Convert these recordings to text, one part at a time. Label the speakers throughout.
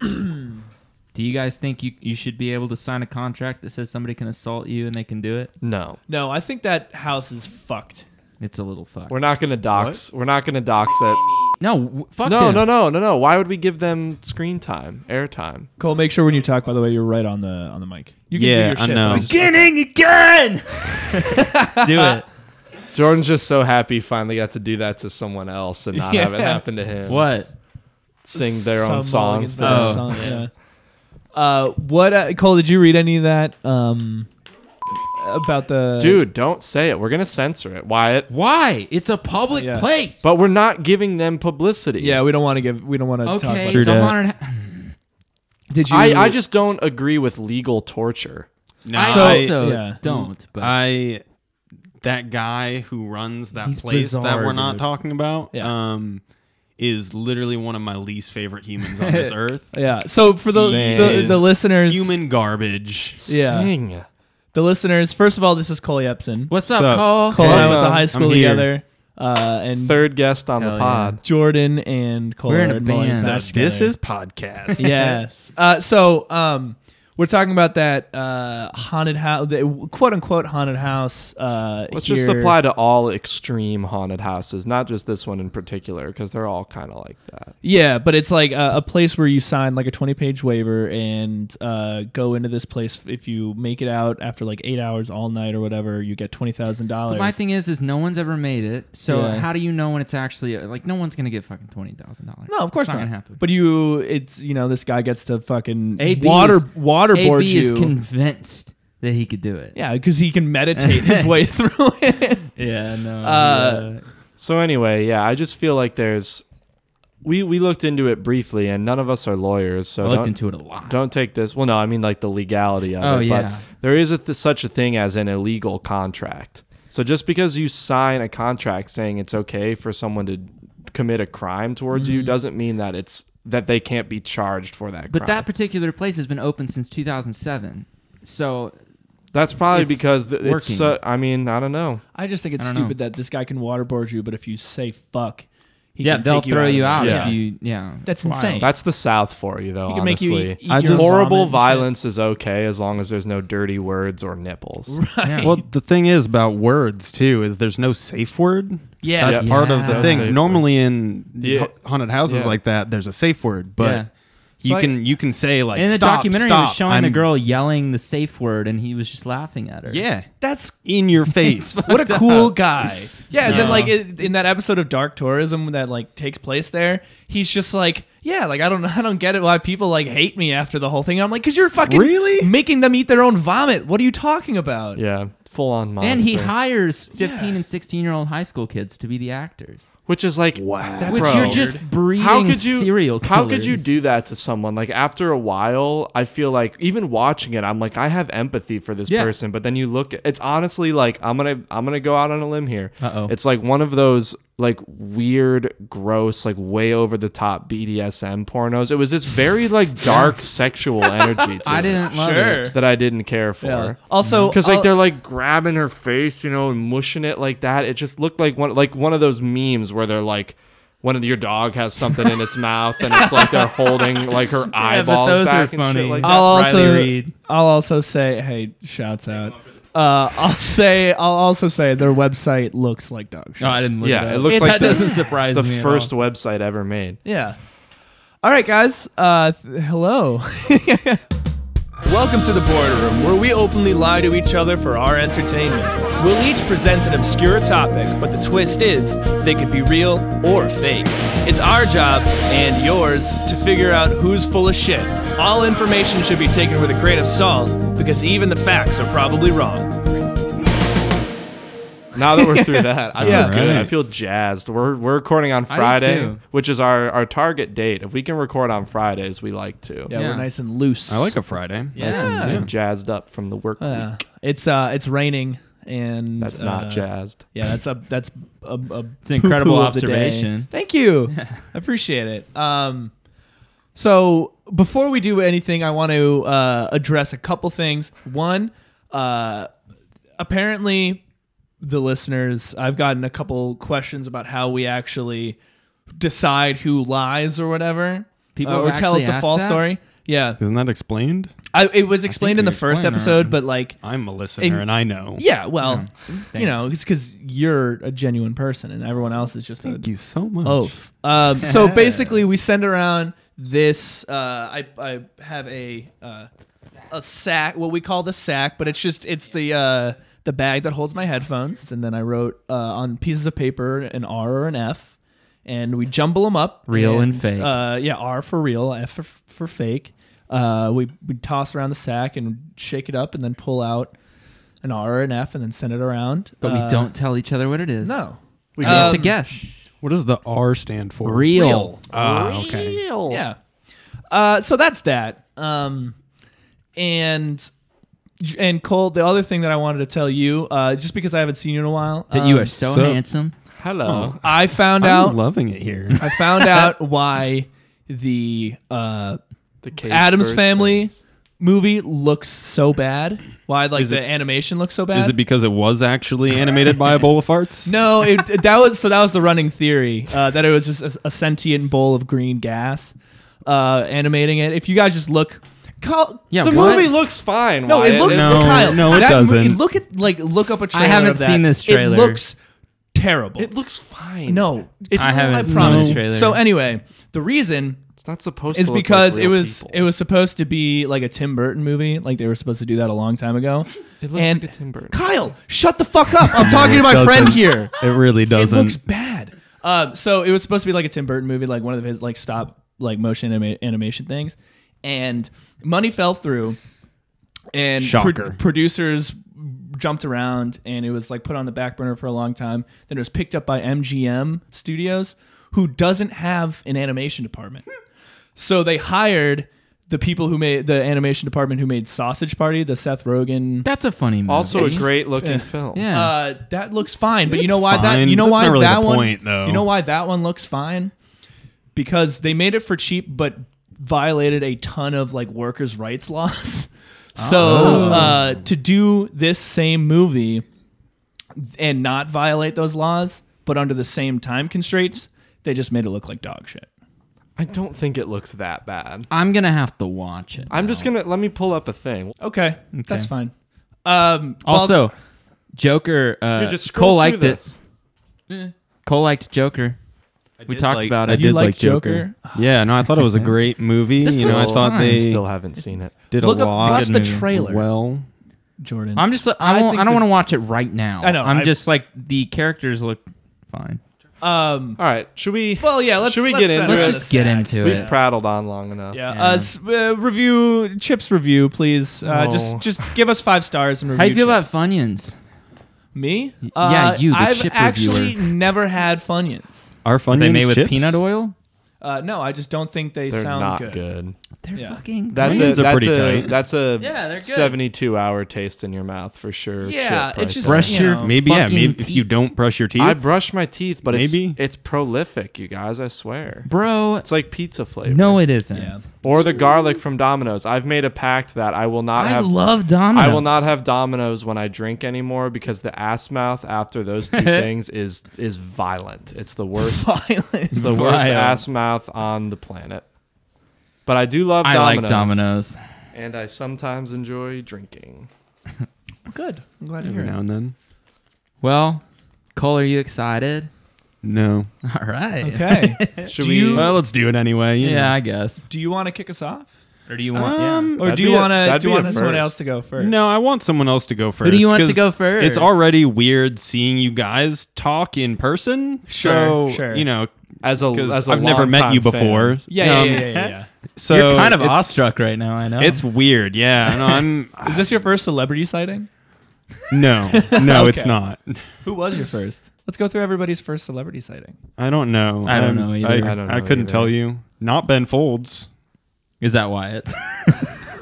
Speaker 1: Do you guys think you, you should be able to sign a contract that says somebody can assault you and they can do it?
Speaker 2: No,
Speaker 3: No, I think that house is fucked.
Speaker 1: It's a little fucked.
Speaker 2: we're not gonna dox. We're not gonna dox it.
Speaker 1: no, w- fuck
Speaker 2: No,
Speaker 1: them.
Speaker 2: no, no, no, no. Why would we give them screen time, airtime?
Speaker 3: Cole, make sure when you talk, by the way, you're right on the on the mic. You
Speaker 4: Yeah, I know.
Speaker 3: but just-
Speaker 1: again.
Speaker 4: Do it.
Speaker 2: Jordan's just so happy he finally got to do that to someone else and not have it
Speaker 3: Yeah.
Speaker 2: happen to him.
Speaker 1: What?
Speaker 2: Sing their own
Speaker 3: Song
Speaker 2: songs.
Speaker 3: is their
Speaker 1: Oh.
Speaker 3: song, yeah. Uh, what uh, Cole? Did you read any of that? Um, about the
Speaker 2: Dude, don't say it. We're gonna censor it, Wyatt.
Speaker 1: Why? It's a public
Speaker 3: Yeah.
Speaker 1: place.
Speaker 2: But we're not giving them publicity.
Speaker 3: Yeah, we don't want to give. We don't want to talk.
Speaker 1: okay,
Speaker 3: About
Speaker 4: True
Speaker 3: it.
Speaker 1: come
Speaker 4: dat.
Speaker 1: on. and ha-
Speaker 3: Did you?
Speaker 2: I, I just don't agree with legal torture.
Speaker 4: No,
Speaker 1: I
Speaker 3: So-
Speaker 4: I,
Speaker 1: also
Speaker 3: yeah.
Speaker 1: don't. But
Speaker 4: I- that guy who runs that
Speaker 3: He's
Speaker 4: place that
Speaker 3: bizarre,
Speaker 4: we're not
Speaker 3: dude.
Speaker 4: talking about,
Speaker 3: Yeah.
Speaker 4: um, is literally one of my least favorite humans on this earth.
Speaker 3: yeah. So for the the,
Speaker 4: Is
Speaker 3: the listeners,
Speaker 4: human garbage.
Speaker 3: Yeah.
Speaker 2: Sing.
Speaker 3: the listeners. First of all, this is Cole Epson.
Speaker 1: what's
Speaker 4: So-
Speaker 1: up, Cole?
Speaker 3: Cole and I went to
Speaker 2: Hey,
Speaker 3: high
Speaker 2: I'm
Speaker 3: school
Speaker 4: here.
Speaker 3: together, uh, and
Speaker 2: Third guest on
Speaker 1: Hell
Speaker 2: the
Speaker 1: yeah.
Speaker 2: pod.
Speaker 3: Jordan and Cole
Speaker 1: We're in a
Speaker 3: are bowling
Speaker 1: band.
Speaker 3: match
Speaker 4: So this
Speaker 3: together.
Speaker 4: is podcast.
Speaker 3: yes. Uh, so um, we're talking about that uh, haunted house, the quote unquote haunted house. Uh,
Speaker 2: Let's
Speaker 3: here.
Speaker 2: just apply to all extreme haunted houses, not just this one in particular, because they're all kind of like that.
Speaker 3: Yeah, but it's like a, a place where you sign like a twenty-page waiver and uh, go into this place. If you make it out after like eight hours all night or whatever, you get twenty thousand
Speaker 1: But my
Speaker 3: dollars.
Speaker 1: thing is, is no one's ever made it. So
Speaker 3: Yeah.
Speaker 1: how do you know when it's actually like no one's gonna get fucking twenty thousand dollars?
Speaker 3: No, of course
Speaker 1: it's
Speaker 3: not.
Speaker 1: gonna happen.
Speaker 3: But you, it's you know, this guy gets to fucking
Speaker 1: AB
Speaker 3: water
Speaker 1: is-
Speaker 3: waterboard
Speaker 1: AB
Speaker 3: you.
Speaker 1: is convinced that he could do it.
Speaker 3: yeah, because he can meditate his way through it.
Speaker 1: Oh, Yeah, no.
Speaker 3: Uh,
Speaker 2: So anyway, yeah, I just feel like there's. We we looked into it briefly, and none of us are lawyers, so
Speaker 1: I looked
Speaker 2: don't,
Speaker 1: into it a lot.
Speaker 2: don't take this. Well, no, I mean like the legality of
Speaker 1: Oh,
Speaker 2: it,
Speaker 1: yeah.
Speaker 2: but there is a th- such a thing as an illegal contract. So just because you sign a contract saying it's okay for someone to commit a crime towards you doesn't mean that it's that they can't be charged for that.
Speaker 1: Mm-hmm. But
Speaker 2: crime.
Speaker 1: that particular place has been open since 2007. So
Speaker 2: that's probably
Speaker 1: it's
Speaker 2: because th- it's.
Speaker 1: working.
Speaker 2: So, I mean, I don't know.
Speaker 3: I just think it's
Speaker 1: I don't know.
Speaker 3: stupid that this guy can waterboard you, but if you say fuck, he
Speaker 1: yeah,
Speaker 3: can
Speaker 1: they'll
Speaker 3: take you
Speaker 1: throw you out,
Speaker 3: of it.
Speaker 2: Yeah.
Speaker 1: if you yeah.
Speaker 3: That's
Speaker 1: Wild.
Speaker 3: insane.
Speaker 2: That's the South for you, though.
Speaker 3: He can make
Speaker 2: honestly.
Speaker 1: e-
Speaker 3: you eat, eat
Speaker 4: I
Speaker 3: your
Speaker 4: just-
Speaker 3: ramen
Speaker 2: horrible
Speaker 3: and shit.
Speaker 2: violence is okay as long as there's no dirty words or nipples.
Speaker 1: Yeah.
Speaker 4: Well, the thing is about words too is there's no safe word.
Speaker 3: Yeah,
Speaker 4: That's
Speaker 1: Yeah.
Speaker 4: part of
Speaker 1: No
Speaker 4: the
Speaker 2: safe
Speaker 4: thing.
Speaker 2: word.
Speaker 4: Normally in these
Speaker 2: Yeah.
Speaker 4: ha- haunted houses
Speaker 2: Yeah.
Speaker 4: like that, there's a safe word, but
Speaker 1: Yeah.
Speaker 4: you
Speaker 3: So I-
Speaker 4: can you can say like
Speaker 1: And in the
Speaker 4: stop,
Speaker 1: documentary,
Speaker 4: stop.
Speaker 1: it was showing the
Speaker 4: I'm-
Speaker 1: girl yelling the safe word, and he was just laughing at her.
Speaker 4: Yeah,
Speaker 3: that's
Speaker 4: in your face.
Speaker 3: what a cool guy. Yeah, and then
Speaker 1: No.
Speaker 3: like it, in that episode of Dark Tourism that like takes place there, he's just like, yeah, like I don't, I don't get it why people like hate me after the whole thing. I'm like, because you're fucking
Speaker 4: Really?
Speaker 3: making them eat their own vomit. What are you talking about?
Speaker 2: Yeah, full on monster.
Speaker 1: And he hires 15 and 16 year old high school kids to be the actors.
Speaker 2: which is like wow.
Speaker 1: Which
Speaker 2: bro,
Speaker 1: you're just breeding
Speaker 2: how could you
Speaker 1: serial killers.
Speaker 2: how could you do that to someone? Like after a while, I feel like even watching it, I'm like I have empathy for this
Speaker 1: Yeah.
Speaker 2: person. But then you look, it's honestly like I'm gonna I'm gonna go out on a limb here.
Speaker 1: Uh-oh.
Speaker 2: It's like one of those like weird, gross, like way over the top BDSM pornos. It was this very like dark sexual energy. To
Speaker 1: I
Speaker 2: it
Speaker 1: didn't love
Speaker 3: Sure.
Speaker 1: it.
Speaker 2: that I didn't care for.
Speaker 3: Yeah. Also, uh,
Speaker 2: because like
Speaker 3: I'll-
Speaker 2: they're like grabbing her face, you know, and mushing it like that. It just looked like one like one of those memes where they're like. One of your dog has something in its mouth, and it's like they're holding like her eyeballs
Speaker 1: those
Speaker 2: back
Speaker 1: are
Speaker 2: and shit
Speaker 1: funny.
Speaker 2: like that.
Speaker 3: I'll
Speaker 1: Riley
Speaker 3: also,
Speaker 1: Reid.
Speaker 3: I'll also say, hey, shouts out. Uh, I'll say, I'll also say their website looks like dog shit.
Speaker 1: No, I didn't look
Speaker 2: Yeah,
Speaker 1: it
Speaker 2: it
Speaker 1: up.
Speaker 2: looks like
Speaker 1: that
Speaker 2: the-
Speaker 1: doesn't surprise
Speaker 2: the
Speaker 1: me. at
Speaker 2: first
Speaker 1: all.
Speaker 2: website ever made.
Speaker 3: Yeah. All right, guys. Uh, th- hello. Welcome to the boardroom, where we openly lie to each other for our entertainment. We'll each present an obscure topic, but the twist is they could be real or fake. It's our job and yours to figure out who's full of shit. All information should be taken with a grain of salt because even the facts are probably wrong.
Speaker 2: Now that we're through that, I
Speaker 3: Yeah.
Speaker 2: feel good. I
Speaker 4: Right.
Speaker 2: feel jazzed. We're we're recording on Friday,
Speaker 1: too.
Speaker 2: which is our our target date. If we can record on Fridays, we like to.
Speaker 3: Yeah,
Speaker 1: Yeah.
Speaker 3: we're nice and loose.
Speaker 4: I like a Friday.
Speaker 2: Nice and
Speaker 3: Yeah.
Speaker 2: jazzed up from the work
Speaker 3: Uh,
Speaker 2: week.
Speaker 3: it's uh, it's raining and
Speaker 2: That's not
Speaker 3: uh,
Speaker 2: jazzed.
Speaker 3: Yeah, that's a that's a, a
Speaker 1: It's an incredible
Speaker 3: poo-poo of the day.
Speaker 1: observation.
Speaker 3: Thank you, I appreciate it. Um, so before we do anything, I want to uh, address a couple things. One, uh, apparently, the listeners, I've gotten a couple questions about how we actually decide who lies or whatever.
Speaker 1: People
Speaker 3: uh,
Speaker 1: have
Speaker 3: or tell us
Speaker 1: actually
Speaker 3: the
Speaker 1: asked
Speaker 3: false
Speaker 1: that?
Speaker 3: story. Yeah,
Speaker 4: Isn't that explained?
Speaker 3: I, it was explained in
Speaker 1: we
Speaker 3: the first
Speaker 1: explained
Speaker 3: episode,
Speaker 1: already.
Speaker 3: but like,
Speaker 4: I'm a listener
Speaker 3: And-
Speaker 4: and, I know.
Speaker 3: yeah, well, you know,
Speaker 1: Thanks.
Speaker 3: it's because you're a genuine person, and everyone else is just a
Speaker 4: Thank you so much.
Speaker 3: oaf. Um, so basically, we send around this. Uh, I I have a uh, a sack. What we call the sack, but it's just it's the uh, the bag that holds my headphones, and then I wrote uh, on pieces of paper an R or an F, and we jumble them up.
Speaker 1: Real and fake.
Speaker 3: Uh, yeah, R for real, F for, for fake. Uh, we we toss around the sack and shake it up, and then pull out an R or an F, and then send it around.
Speaker 1: But
Speaker 3: Uh,
Speaker 1: we don't tell each other what it is.
Speaker 3: No.
Speaker 1: We have to
Speaker 3: Um,
Speaker 1: guess.
Speaker 4: What does the R stand for?
Speaker 1: uh, Real.
Speaker 4: Ah, okay.
Speaker 2: Real.
Speaker 3: Yeah. Uh, so that's that. Um, and and Cole, the other thing that I wanted to tell you, uh, just because I haven't seen you in a while,
Speaker 1: That you
Speaker 3: um,
Speaker 1: are so,
Speaker 4: so-
Speaker 1: handsome.
Speaker 2: Hello.
Speaker 3: I found out.
Speaker 4: I'm loving it here.
Speaker 3: I found out why the uh,
Speaker 2: The caged
Speaker 3: Adams
Speaker 2: bird
Speaker 3: Family
Speaker 2: sings.
Speaker 3: movie looks so bad. Why like
Speaker 4: Is
Speaker 3: the
Speaker 4: it-
Speaker 3: animation looks so bad?
Speaker 4: Is it because it was actually animated by a bowl of farts?
Speaker 3: no, it, that was so. That was the running theory uh, that it was just a, a sentient bowl of green gas uh, animating it. If you guys just look, call,
Speaker 1: Yeah,
Speaker 2: The
Speaker 1: what?
Speaker 2: movie looks fine.
Speaker 3: No, it
Speaker 2: Wyatt.
Speaker 3: looks
Speaker 4: No,
Speaker 3: well, Kyle,
Speaker 4: no, it
Speaker 3: that
Speaker 4: doesn't.
Speaker 3: movie- look at like look up a trailer.
Speaker 1: haven't
Speaker 3: of that.
Speaker 1: seen this trailer.
Speaker 3: It looks terrible.
Speaker 2: It looks fine.
Speaker 3: no, it's
Speaker 1: I haven't seen
Speaker 3: promise.
Speaker 1: this trailer.
Speaker 3: So anyway, the reason
Speaker 2: It's not supposed to.
Speaker 3: is
Speaker 2: look like
Speaker 3: because it
Speaker 2: real
Speaker 3: was
Speaker 2: people.
Speaker 3: it was supposed to be like a Tim Burton movie, like they were supposed to do that a long time ago.
Speaker 2: It looks
Speaker 3: and
Speaker 2: like a Tim Burton.
Speaker 3: Kyle, shut the fuck up! I'm talking to my
Speaker 4: doesn't.
Speaker 3: friend here.
Speaker 4: It really
Speaker 3: It
Speaker 4: doesn't.
Speaker 3: looks bad. Uh, so it was supposed to be like a Tim Burton movie, like one of his like stop like motion anima- animation things, and money fell through, and pro-
Speaker 4: Shocker.
Speaker 3: producers jumped around, and it was like put on the back burner for a long time. Then it was picked up by MGM Studios, who doesn't have an animation department, so they hired. The people who made the animation department who made Sausage Party, the Seth Rogen
Speaker 1: That's a funny movie.
Speaker 2: also a great looking film.
Speaker 1: Yeah.
Speaker 3: uh, that looks fine, but you
Speaker 4: it's
Speaker 3: know why that
Speaker 4: fine.
Speaker 3: you know
Speaker 4: That's
Speaker 3: why
Speaker 4: not really
Speaker 3: that
Speaker 4: the
Speaker 3: one
Speaker 4: point, though.
Speaker 3: you know why that one looks fine because they made it for cheap, but violated a ton of like workers' rights laws. so uh, to do this same movie and not violate those laws, but under the same time constraints, they just made it look like dog shit.
Speaker 2: I don't think it looks that bad.
Speaker 1: I'm gonna have to watch it.
Speaker 2: I'm just gonna let me pull up a thing.
Speaker 3: Okay, that's fine. Um, well-
Speaker 1: also, Joker. Uh,
Speaker 2: Dude, just scroll
Speaker 1: Cole
Speaker 2: through
Speaker 1: liked it. Eh.
Speaker 2: this.
Speaker 1: Cole liked Joker. we
Speaker 4: did
Speaker 1: talked
Speaker 4: like-
Speaker 1: about
Speaker 4: I
Speaker 1: it.
Speaker 4: did
Speaker 3: You like
Speaker 4: like Joker. Yeah, no, I thought it was a great movie.
Speaker 1: This
Speaker 4: you know, I
Speaker 1: looks
Speaker 4: thought
Speaker 1: fine.
Speaker 4: they
Speaker 2: Still haven't seen it.
Speaker 4: did
Speaker 3: Look
Speaker 4: a
Speaker 3: up-
Speaker 4: lot.
Speaker 3: watch the
Speaker 1: Good movie.
Speaker 3: trailer,
Speaker 4: Well,
Speaker 3: Jordan.
Speaker 1: I'm just. I,
Speaker 3: I
Speaker 1: won't,
Speaker 3: think
Speaker 1: I don't
Speaker 3: the-
Speaker 1: want to watch it right now.
Speaker 3: I know,
Speaker 1: I'm
Speaker 3: I-
Speaker 1: just like the characters look fine.
Speaker 3: um,
Speaker 2: All right, should we?
Speaker 3: well, yeah. Let's
Speaker 2: Should we
Speaker 3: let's
Speaker 2: get
Speaker 3: set
Speaker 2: into
Speaker 3: it
Speaker 1: Let's
Speaker 2: Yeah, it?
Speaker 3: on
Speaker 1: just
Speaker 3: the
Speaker 1: get
Speaker 3: sack.
Speaker 1: into
Speaker 2: We've
Speaker 1: it.
Speaker 2: prattled on long enough.
Speaker 3: Yeah.
Speaker 1: Yeah.
Speaker 3: Uh, s- uh, review chips review, please. Uh,
Speaker 2: No.
Speaker 3: Just just give us five stars and review.
Speaker 1: Oh. How you feel
Speaker 3: chips.
Speaker 1: about Funyuns?
Speaker 3: me?
Speaker 1: yeah,
Speaker 3: Uh,
Speaker 1: you, the
Speaker 3: I've
Speaker 1: chip
Speaker 3: actually
Speaker 1: reviewer.
Speaker 3: never had Funyuns.
Speaker 4: our fun
Speaker 1: They made with peanut oil.
Speaker 3: Uh, no, I just don't think they
Speaker 2: They're
Speaker 3: sound
Speaker 2: not
Speaker 3: good.
Speaker 2: good.
Speaker 1: They're
Speaker 3: Yeah.
Speaker 1: fucking.
Speaker 2: That's
Speaker 4: Onions
Speaker 2: a,
Speaker 4: are
Speaker 2: that's
Speaker 4: pretty
Speaker 2: a,
Speaker 4: tight.
Speaker 2: That's a
Speaker 1: Yeah, they're good.
Speaker 2: 72 hour taste in your mouth for sure.
Speaker 3: Yeah,
Speaker 2: chip right
Speaker 3: it's just
Speaker 2: there.
Speaker 1: Brush
Speaker 3: you
Speaker 1: your-
Speaker 3: know,
Speaker 4: Um, Maybe yeah.
Speaker 1: Fucking
Speaker 4: Maybe if
Speaker 1: teeth.
Speaker 4: you don't brush your teeth,
Speaker 2: I brush my teeth, but
Speaker 4: Maybe.
Speaker 2: it's it's prolific, you guys. I swear.
Speaker 1: bro.
Speaker 2: It's like pizza flavor.
Speaker 1: No, it isn't.
Speaker 3: Yeah.
Speaker 2: Or the garlic from Domino's. I've made a pact that I will not
Speaker 1: I
Speaker 2: have
Speaker 1: love Domino's.
Speaker 2: I will not have Domino's when I drink anymore because the ass mouth after those two things is is violent. It's the worst.
Speaker 3: violence.
Speaker 2: It's the worst
Speaker 1: Violent.
Speaker 2: ass mouth on the planet. But I do love
Speaker 1: I
Speaker 2: Domino's.
Speaker 1: like Domino's.
Speaker 2: And I sometimes enjoy drinking.
Speaker 3: good. I'm glad to hear
Speaker 4: every now
Speaker 3: it.
Speaker 4: and then.
Speaker 1: Well, Cole, are you excited?
Speaker 4: No.
Speaker 1: All right.
Speaker 3: Okay.
Speaker 2: Should
Speaker 3: Do
Speaker 2: we?
Speaker 3: you-
Speaker 4: Well, let's do it anyway. you
Speaker 1: Yeah,
Speaker 4: know.
Speaker 1: I guess.
Speaker 3: do you want to kick us off,
Speaker 1: Or do you want?
Speaker 4: Um,
Speaker 3: or
Speaker 2: That'd
Speaker 3: do you
Speaker 2: be a-
Speaker 3: want to
Speaker 2: that'd
Speaker 3: do
Speaker 2: be
Speaker 3: you
Speaker 2: a
Speaker 3: want someone
Speaker 2: first.
Speaker 3: else to go first?
Speaker 4: No, I want someone else to go first.
Speaker 1: do you want to
Speaker 4: 'cause
Speaker 1: go first?
Speaker 4: It's already weird seeing you guys talk in person.
Speaker 3: Sure,
Speaker 4: so,
Speaker 3: sure.
Speaker 4: You know,
Speaker 2: as a as
Speaker 4: because
Speaker 2: a
Speaker 4: I've never met
Speaker 2: longtime
Speaker 4: you
Speaker 2: fan.
Speaker 4: before.
Speaker 3: Yeah, yeah,
Speaker 4: Um,
Speaker 3: yeah, yeah, yeah,
Speaker 4: So
Speaker 1: You're kind of
Speaker 4: it's-
Speaker 1: awestruck right now. I know.
Speaker 4: It's weird. Yeah. No, I'm.
Speaker 3: yeah. Is this your first celebrity sighting?
Speaker 4: No, no,
Speaker 3: Okay.
Speaker 4: it's not.
Speaker 3: Who was your first? Let's go through everybody's first celebrity sighting.
Speaker 4: I don't know.
Speaker 1: I don't know
Speaker 4: I'm-
Speaker 1: either.
Speaker 4: I,
Speaker 2: I don't
Speaker 4: I
Speaker 2: know
Speaker 4: couldn't
Speaker 2: either.
Speaker 4: tell you. Not Ben Folds.
Speaker 1: is that Wyatt?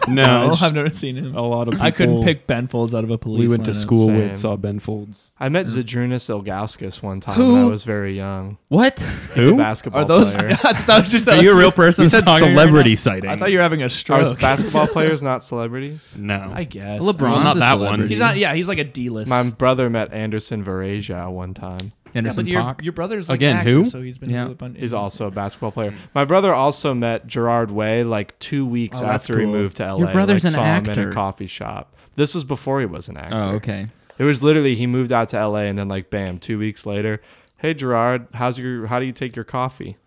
Speaker 4: No, it's
Speaker 3: I've
Speaker 4: just
Speaker 3: never seen him.
Speaker 4: a lot of. People
Speaker 3: I couldn't pick Ben Folds out of a police.
Speaker 4: We went to
Speaker 3: lineup.
Speaker 4: school
Speaker 2: Same.
Speaker 4: with saw Ben Folds.
Speaker 2: I met Zadrunas Ilgauskas one time
Speaker 1: Who?
Speaker 2: when I was very young.
Speaker 1: what?
Speaker 2: He's a
Speaker 4: Who?
Speaker 2: basketball
Speaker 3: Are those?
Speaker 2: player.
Speaker 3: I thought it was just
Speaker 1: Are
Speaker 3: a-
Speaker 1: you a real person?
Speaker 4: You said
Speaker 1: talking right
Speaker 4: celebrity
Speaker 1: now?
Speaker 4: sighting.
Speaker 3: I thought you were having
Speaker 1: Oh.
Speaker 3: a
Speaker 2: Are those
Speaker 3: stroke.
Speaker 2: basketball players not celebrities?
Speaker 4: no.
Speaker 3: I guess
Speaker 1: LeBron's
Speaker 3: I mean,
Speaker 4: not
Speaker 1: a
Speaker 4: that
Speaker 1: celebrity.
Speaker 4: one.
Speaker 3: He's not. Yeah, he's like a D list.
Speaker 2: My brother met Anderson Varejao one time.
Speaker 1: Anderson
Speaker 3: yeah, but your,
Speaker 1: Paak.
Speaker 3: your brother's like
Speaker 4: Again,
Speaker 3: an actor,
Speaker 4: who?
Speaker 3: So he's been
Speaker 1: Yeah.
Speaker 3: really fun.
Speaker 2: Is also a basketball player. My brother also met Gerard Way like two weeks
Speaker 3: Oh, that's
Speaker 2: after he
Speaker 3: cool.
Speaker 2: moved to LA.
Speaker 1: brother's
Speaker 2: like,
Speaker 1: an
Speaker 2: saw him in
Speaker 1: actor.
Speaker 2: a coffee shop. This was before he was an actor.
Speaker 1: oh, okay.
Speaker 2: It was literally he moved out to LA and then like bam, two weeks later, hey Gerard, how's your how do you take your coffee?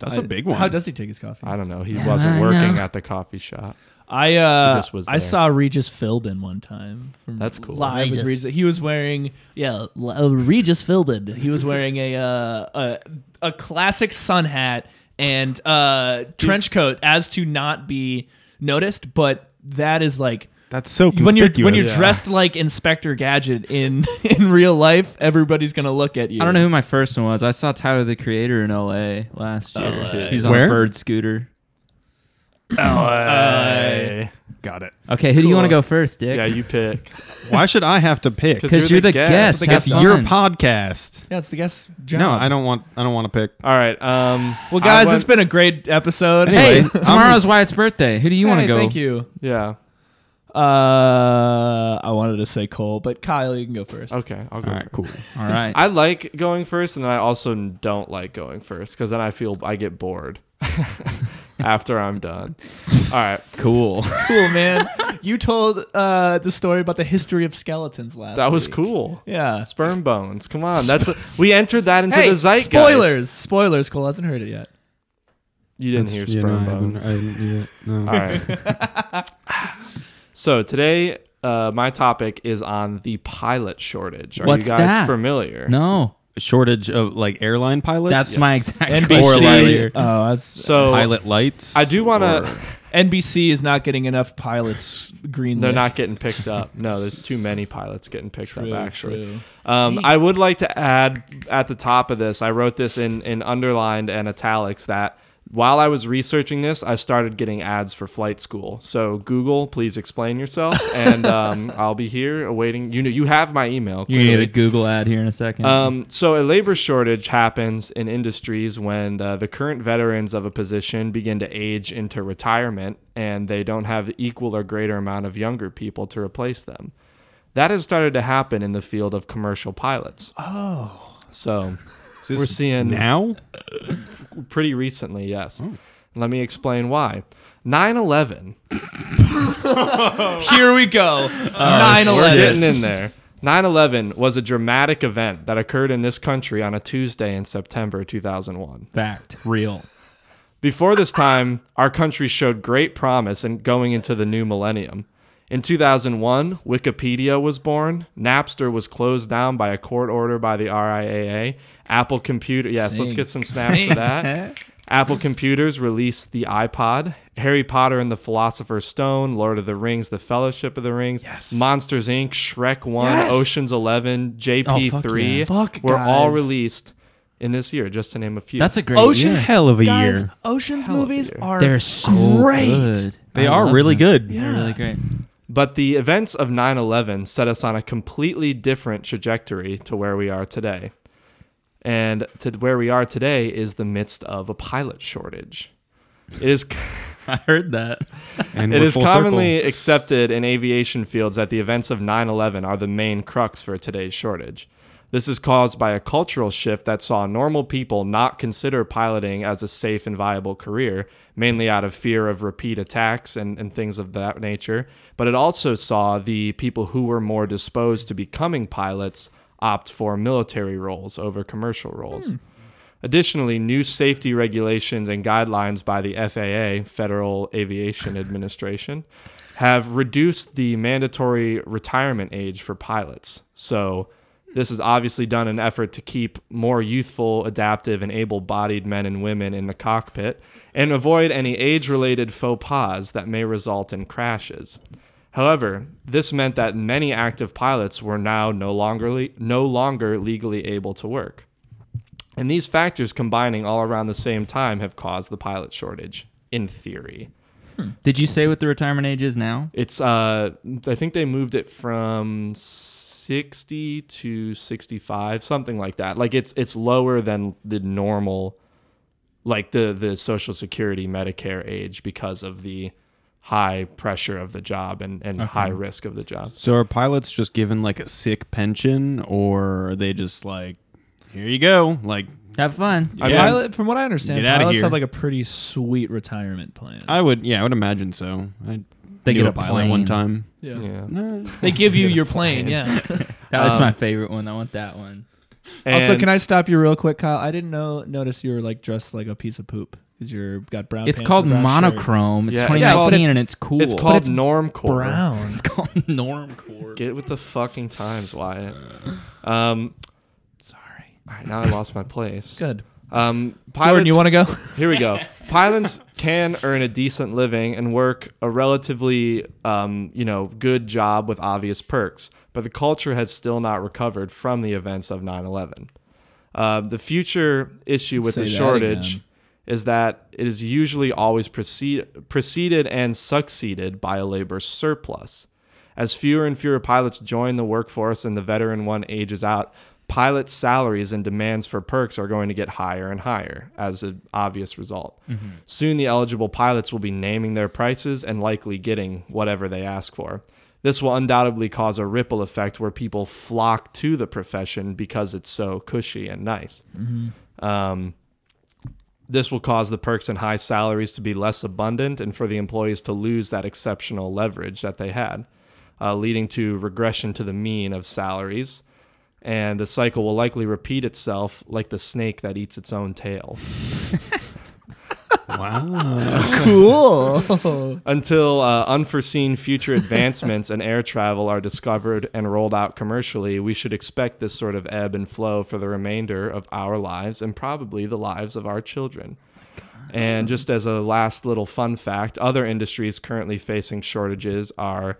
Speaker 4: That's
Speaker 3: I-
Speaker 4: a big one.
Speaker 3: How does he take his coffee?
Speaker 2: I don't know. He
Speaker 1: Yeah,
Speaker 2: wasn't
Speaker 1: I
Speaker 2: working
Speaker 1: know.
Speaker 2: at the coffee shop.
Speaker 3: I uh,
Speaker 2: He just was
Speaker 3: I
Speaker 2: there.
Speaker 3: saw Regis Philbin one time. From
Speaker 2: That's cool.
Speaker 3: Live with
Speaker 5: Regis.
Speaker 3: Regis. He was wearing yeah l- uh, Regis Philbin. He was wearing a uh, a a classic sun hat and uh, trench coat as to not be noticed. But that is like
Speaker 4: That's so
Speaker 3: when you're when you're
Speaker 2: Yeah.
Speaker 3: dressed like Inspector Gadget in in real life, everybody's gonna look at you.
Speaker 1: I don't know who my first one was. I saw Tyler the Creator in L.A. last year.
Speaker 3: LA.
Speaker 1: He's on
Speaker 4: Where?
Speaker 1: a bird scooter.
Speaker 3: Uh,
Speaker 2: LA.
Speaker 4: Got it.
Speaker 1: Okay, who do you
Speaker 3: Cool.
Speaker 1: want to go first, Dick?
Speaker 2: Yeah, you pick.
Speaker 4: Why should I have to pick?
Speaker 2: 'Cause
Speaker 1: because you're the guest.
Speaker 2: It's
Speaker 1: Have
Speaker 4: It's your
Speaker 1: fun.
Speaker 4: podcast.
Speaker 3: Yeah, it's the guest job.
Speaker 4: No, I don't want. I don't want to pick.
Speaker 2: All right. Um
Speaker 3: Well, guys,
Speaker 2: I went-
Speaker 3: it's been a great episode.
Speaker 1: Hey,
Speaker 4: Anyway, I'm-
Speaker 1: tomorrow's Wyatt's birthday. Who do you want
Speaker 3: Hey,
Speaker 1: to go?
Speaker 3: Thank you.
Speaker 2: Yeah.
Speaker 3: Uh, I wanted to say Cole, but Kyle, you can go first.
Speaker 2: Okay. I'll go first.
Speaker 4: All right, cool.
Speaker 1: All right.
Speaker 2: I like going first, and then I also don't like going first because then I feel I get bored after I'm done. All right, cool.
Speaker 3: Cool, man. you told uh, the story about the history of skeletons last.
Speaker 2: That was
Speaker 3: week.
Speaker 2: cool.
Speaker 3: Yeah.
Speaker 2: Sperm bones. Come on, that's a, we entered that into
Speaker 3: Hey,
Speaker 2: the zeitgeist.
Speaker 3: spoilers! Spoilers. Cole hasn't heard it yet.
Speaker 2: You didn't hear sperm bones. All
Speaker 4: Uh,
Speaker 2: right. so today, uh, my topic is on the pilot shortage. Are
Speaker 1: What's
Speaker 2: you guys
Speaker 1: that?
Speaker 2: familiar?
Speaker 1: no,
Speaker 4: Shortage of like airline pilots.
Speaker 1: that's my exact
Speaker 4: Or
Speaker 3: NBC.
Speaker 4: like-
Speaker 3: Oh, that's
Speaker 2: So
Speaker 4: pilot lights.
Speaker 2: I do want to.
Speaker 3: NBC is not getting enough pilots green.
Speaker 2: They're not getting picked up. No, there's too many pilots getting picked
Speaker 3: True,
Speaker 2: up. Actually,
Speaker 3: true.
Speaker 2: Um, I would like to add at the top of this, I wrote this in, in underlined and italics that while I was researching this, I started getting ads for flight school. So Google, please explain yourself, and um, I'll be here awaiting. You know, you have my email.
Speaker 1: You need
Speaker 2: clearly.
Speaker 1: a Google ad here in a second.
Speaker 2: Um, so a labor shortage happens in industries when uh, the current veterans of a position begin to age into retirement and they don't have equal or greater amount of younger people to replace them. That has started to happen in the field of commercial pilots. Oh. So
Speaker 4: this
Speaker 2: we're seeing
Speaker 4: now. Oh.
Speaker 2: pretty recently, yes. Let me explain why. 9 11
Speaker 3: Here we go. Nine
Speaker 2: We're
Speaker 3: eleven.
Speaker 2: getting in there. 9 11 was a dramatic event that occurred in this country on a Tuesday in September 2001.
Speaker 1: Fact. Real.
Speaker 2: Before this time, our country showed great promise in going into the new millennium. In 2001, Wikipedia was born. Napster was closed down by a court order by the RIAA. Apple Computer, yes, let's
Speaker 1: Sing.
Speaker 2: get some snaps for that. Apple Computers released the iPod, Harry Potter and the Philosopher's Stone, Lord of the Rings, The Fellowship of the Rings, Monsters Inc., Shrek 1,
Speaker 3: Yes. Oh,
Speaker 2: Ocean's 11, JP3
Speaker 1: yeah.
Speaker 3: Fuck,
Speaker 2: were all
Speaker 3: guys.
Speaker 2: released in this year, just to name a few.
Speaker 1: That's a great
Speaker 3: Ocean's
Speaker 1: year.
Speaker 4: Hell of a
Speaker 3: Guys,
Speaker 4: year.
Speaker 3: Ocean's
Speaker 2: of a
Speaker 3: movies
Speaker 2: year.
Speaker 3: are
Speaker 1: They're so
Speaker 3: great.
Speaker 1: good.
Speaker 4: They
Speaker 1: I
Speaker 4: are
Speaker 1: love
Speaker 4: really
Speaker 1: them.
Speaker 4: good.
Speaker 1: They're really great.
Speaker 2: But the events of 9 11 set us on a completely different trajectory to where we are today. And to where we are today is the midst of a pilot shortage. It is,
Speaker 1: I heard that.
Speaker 4: And
Speaker 2: it
Speaker 4: we're
Speaker 2: is
Speaker 4: full
Speaker 2: commonly accepted in aviation fields that the events of 9 11 are the main crux for today's shortage. This is caused by a cultural shift that saw normal people not consider piloting as a safe and viable career, mainly out of fear of repeat attacks and, and things of that nature. But it also saw the people who were more disposed to becoming pilots opt for military roles over commercial roles.
Speaker 4: Hmm.
Speaker 2: Additionally, new safety regulations and guidelines by the FAA, Federal Aviation Administration, have reduced the mandatory retirement age for pilots. So, this is obviously done in an effort to keep more youthful, adaptive, and able bodied men and women in the cockpit and avoid any age related faux pas that may result in crashes. However, this meant that many active pilots were now no longer, le- no longer legally able to work. And these factors combining all around the same time have caused the pilot shortage, in theory.
Speaker 1: Did you say what the retirement age is now?
Speaker 2: It's uh I think they moved it from 60 to 65, something like that. Like it's it's lower than the normal like the the social security medicare age because of the high pressure of the job and and high risk of the job.
Speaker 4: So are pilots just given like a sick pension, or are they just like here you go. Like,
Speaker 1: Have fun.
Speaker 4: Yeah.
Speaker 3: Pilot, from what I understand,
Speaker 4: Get outta
Speaker 3: pilots
Speaker 4: here.
Speaker 3: have like a pretty sweet retirement plan.
Speaker 4: I would, yeah, I would imagine so. I
Speaker 1: They
Speaker 4: knew
Speaker 1: get a
Speaker 4: pilot
Speaker 1: plane.
Speaker 4: one time.
Speaker 3: yeah.
Speaker 2: Yeah.
Speaker 3: They give you your plane, yeah.
Speaker 1: That was
Speaker 3: Um,
Speaker 1: my favorite one. I want that one.
Speaker 3: also,
Speaker 2: And-
Speaker 3: can I stop you real quick, Kyle? I didn't know notice you were like dressed like a piece of poop because you're got brown.
Speaker 1: It's
Speaker 3: pants
Speaker 1: called
Speaker 3: and brown shirt.
Speaker 1: monochrome. It's
Speaker 2: Yeah, it's
Speaker 1: 2019
Speaker 3: called-
Speaker 1: and it's cool.
Speaker 2: It's
Speaker 1: But
Speaker 2: called
Speaker 1: it's,
Speaker 2: normcore.
Speaker 3: Brown.
Speaker 1: called normcore.
Speaker 2: Get with the fucking times, Wyatt. Um,
Speaker 3: Sorry.
Speaker 2: all right, now I lost my place.
Speaker 3: Good.
Speaker 2: Um,
Speaker 3: Jordan,
Speaker 2: pilots,
Speaker 3: you want to go?
Speaker 2: here we go. Pilots can earn a decent living and work a relatively, um, you know, good job with obvious perks, but the culture has still not recovered from the events of 9/11. Uh, the future issue with
Speaker 3: Say
Speaker 2: the
Speaker 3: that
Speaker 2: shortage
Speaker 3: again.
Speaker 2: is that it is usually always precede, preceded and succeeded by a labor surplus. As fewer and fewer pilots join the workforce and the veteran one ages out, pilot salaries and demands for perks are going to get higher and higher as an obvious result. Soon the eligible pilots will be naming their prices and likely getting whatever they ask for. This will undoubtedly cause a ripple effect where people flock to the profession because it's so cushy and nice. Um, this will cause the perks and high salaries to be less abundant and for the employees to lose that exceptional leverage that they had, uh, leading to regression to the mean of salaries. And the cycle will likely repeat itself like the snake that eats its own tail
Speaker 4: Wow.
Speaker 3: cool.
Speaker 2: until uh, unforeseen future advancements in air travel are discovered and rolled out commercially. We should expect this sort of ebb and flow for the remainder of our lives and probably the lives of our children. And just as a last little fun fact, other industries currently facing shortages are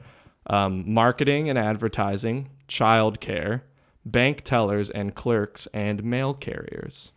Speaker 2: um, marketing and advertising, childcare, bank tellers and clerks, and mail carriers.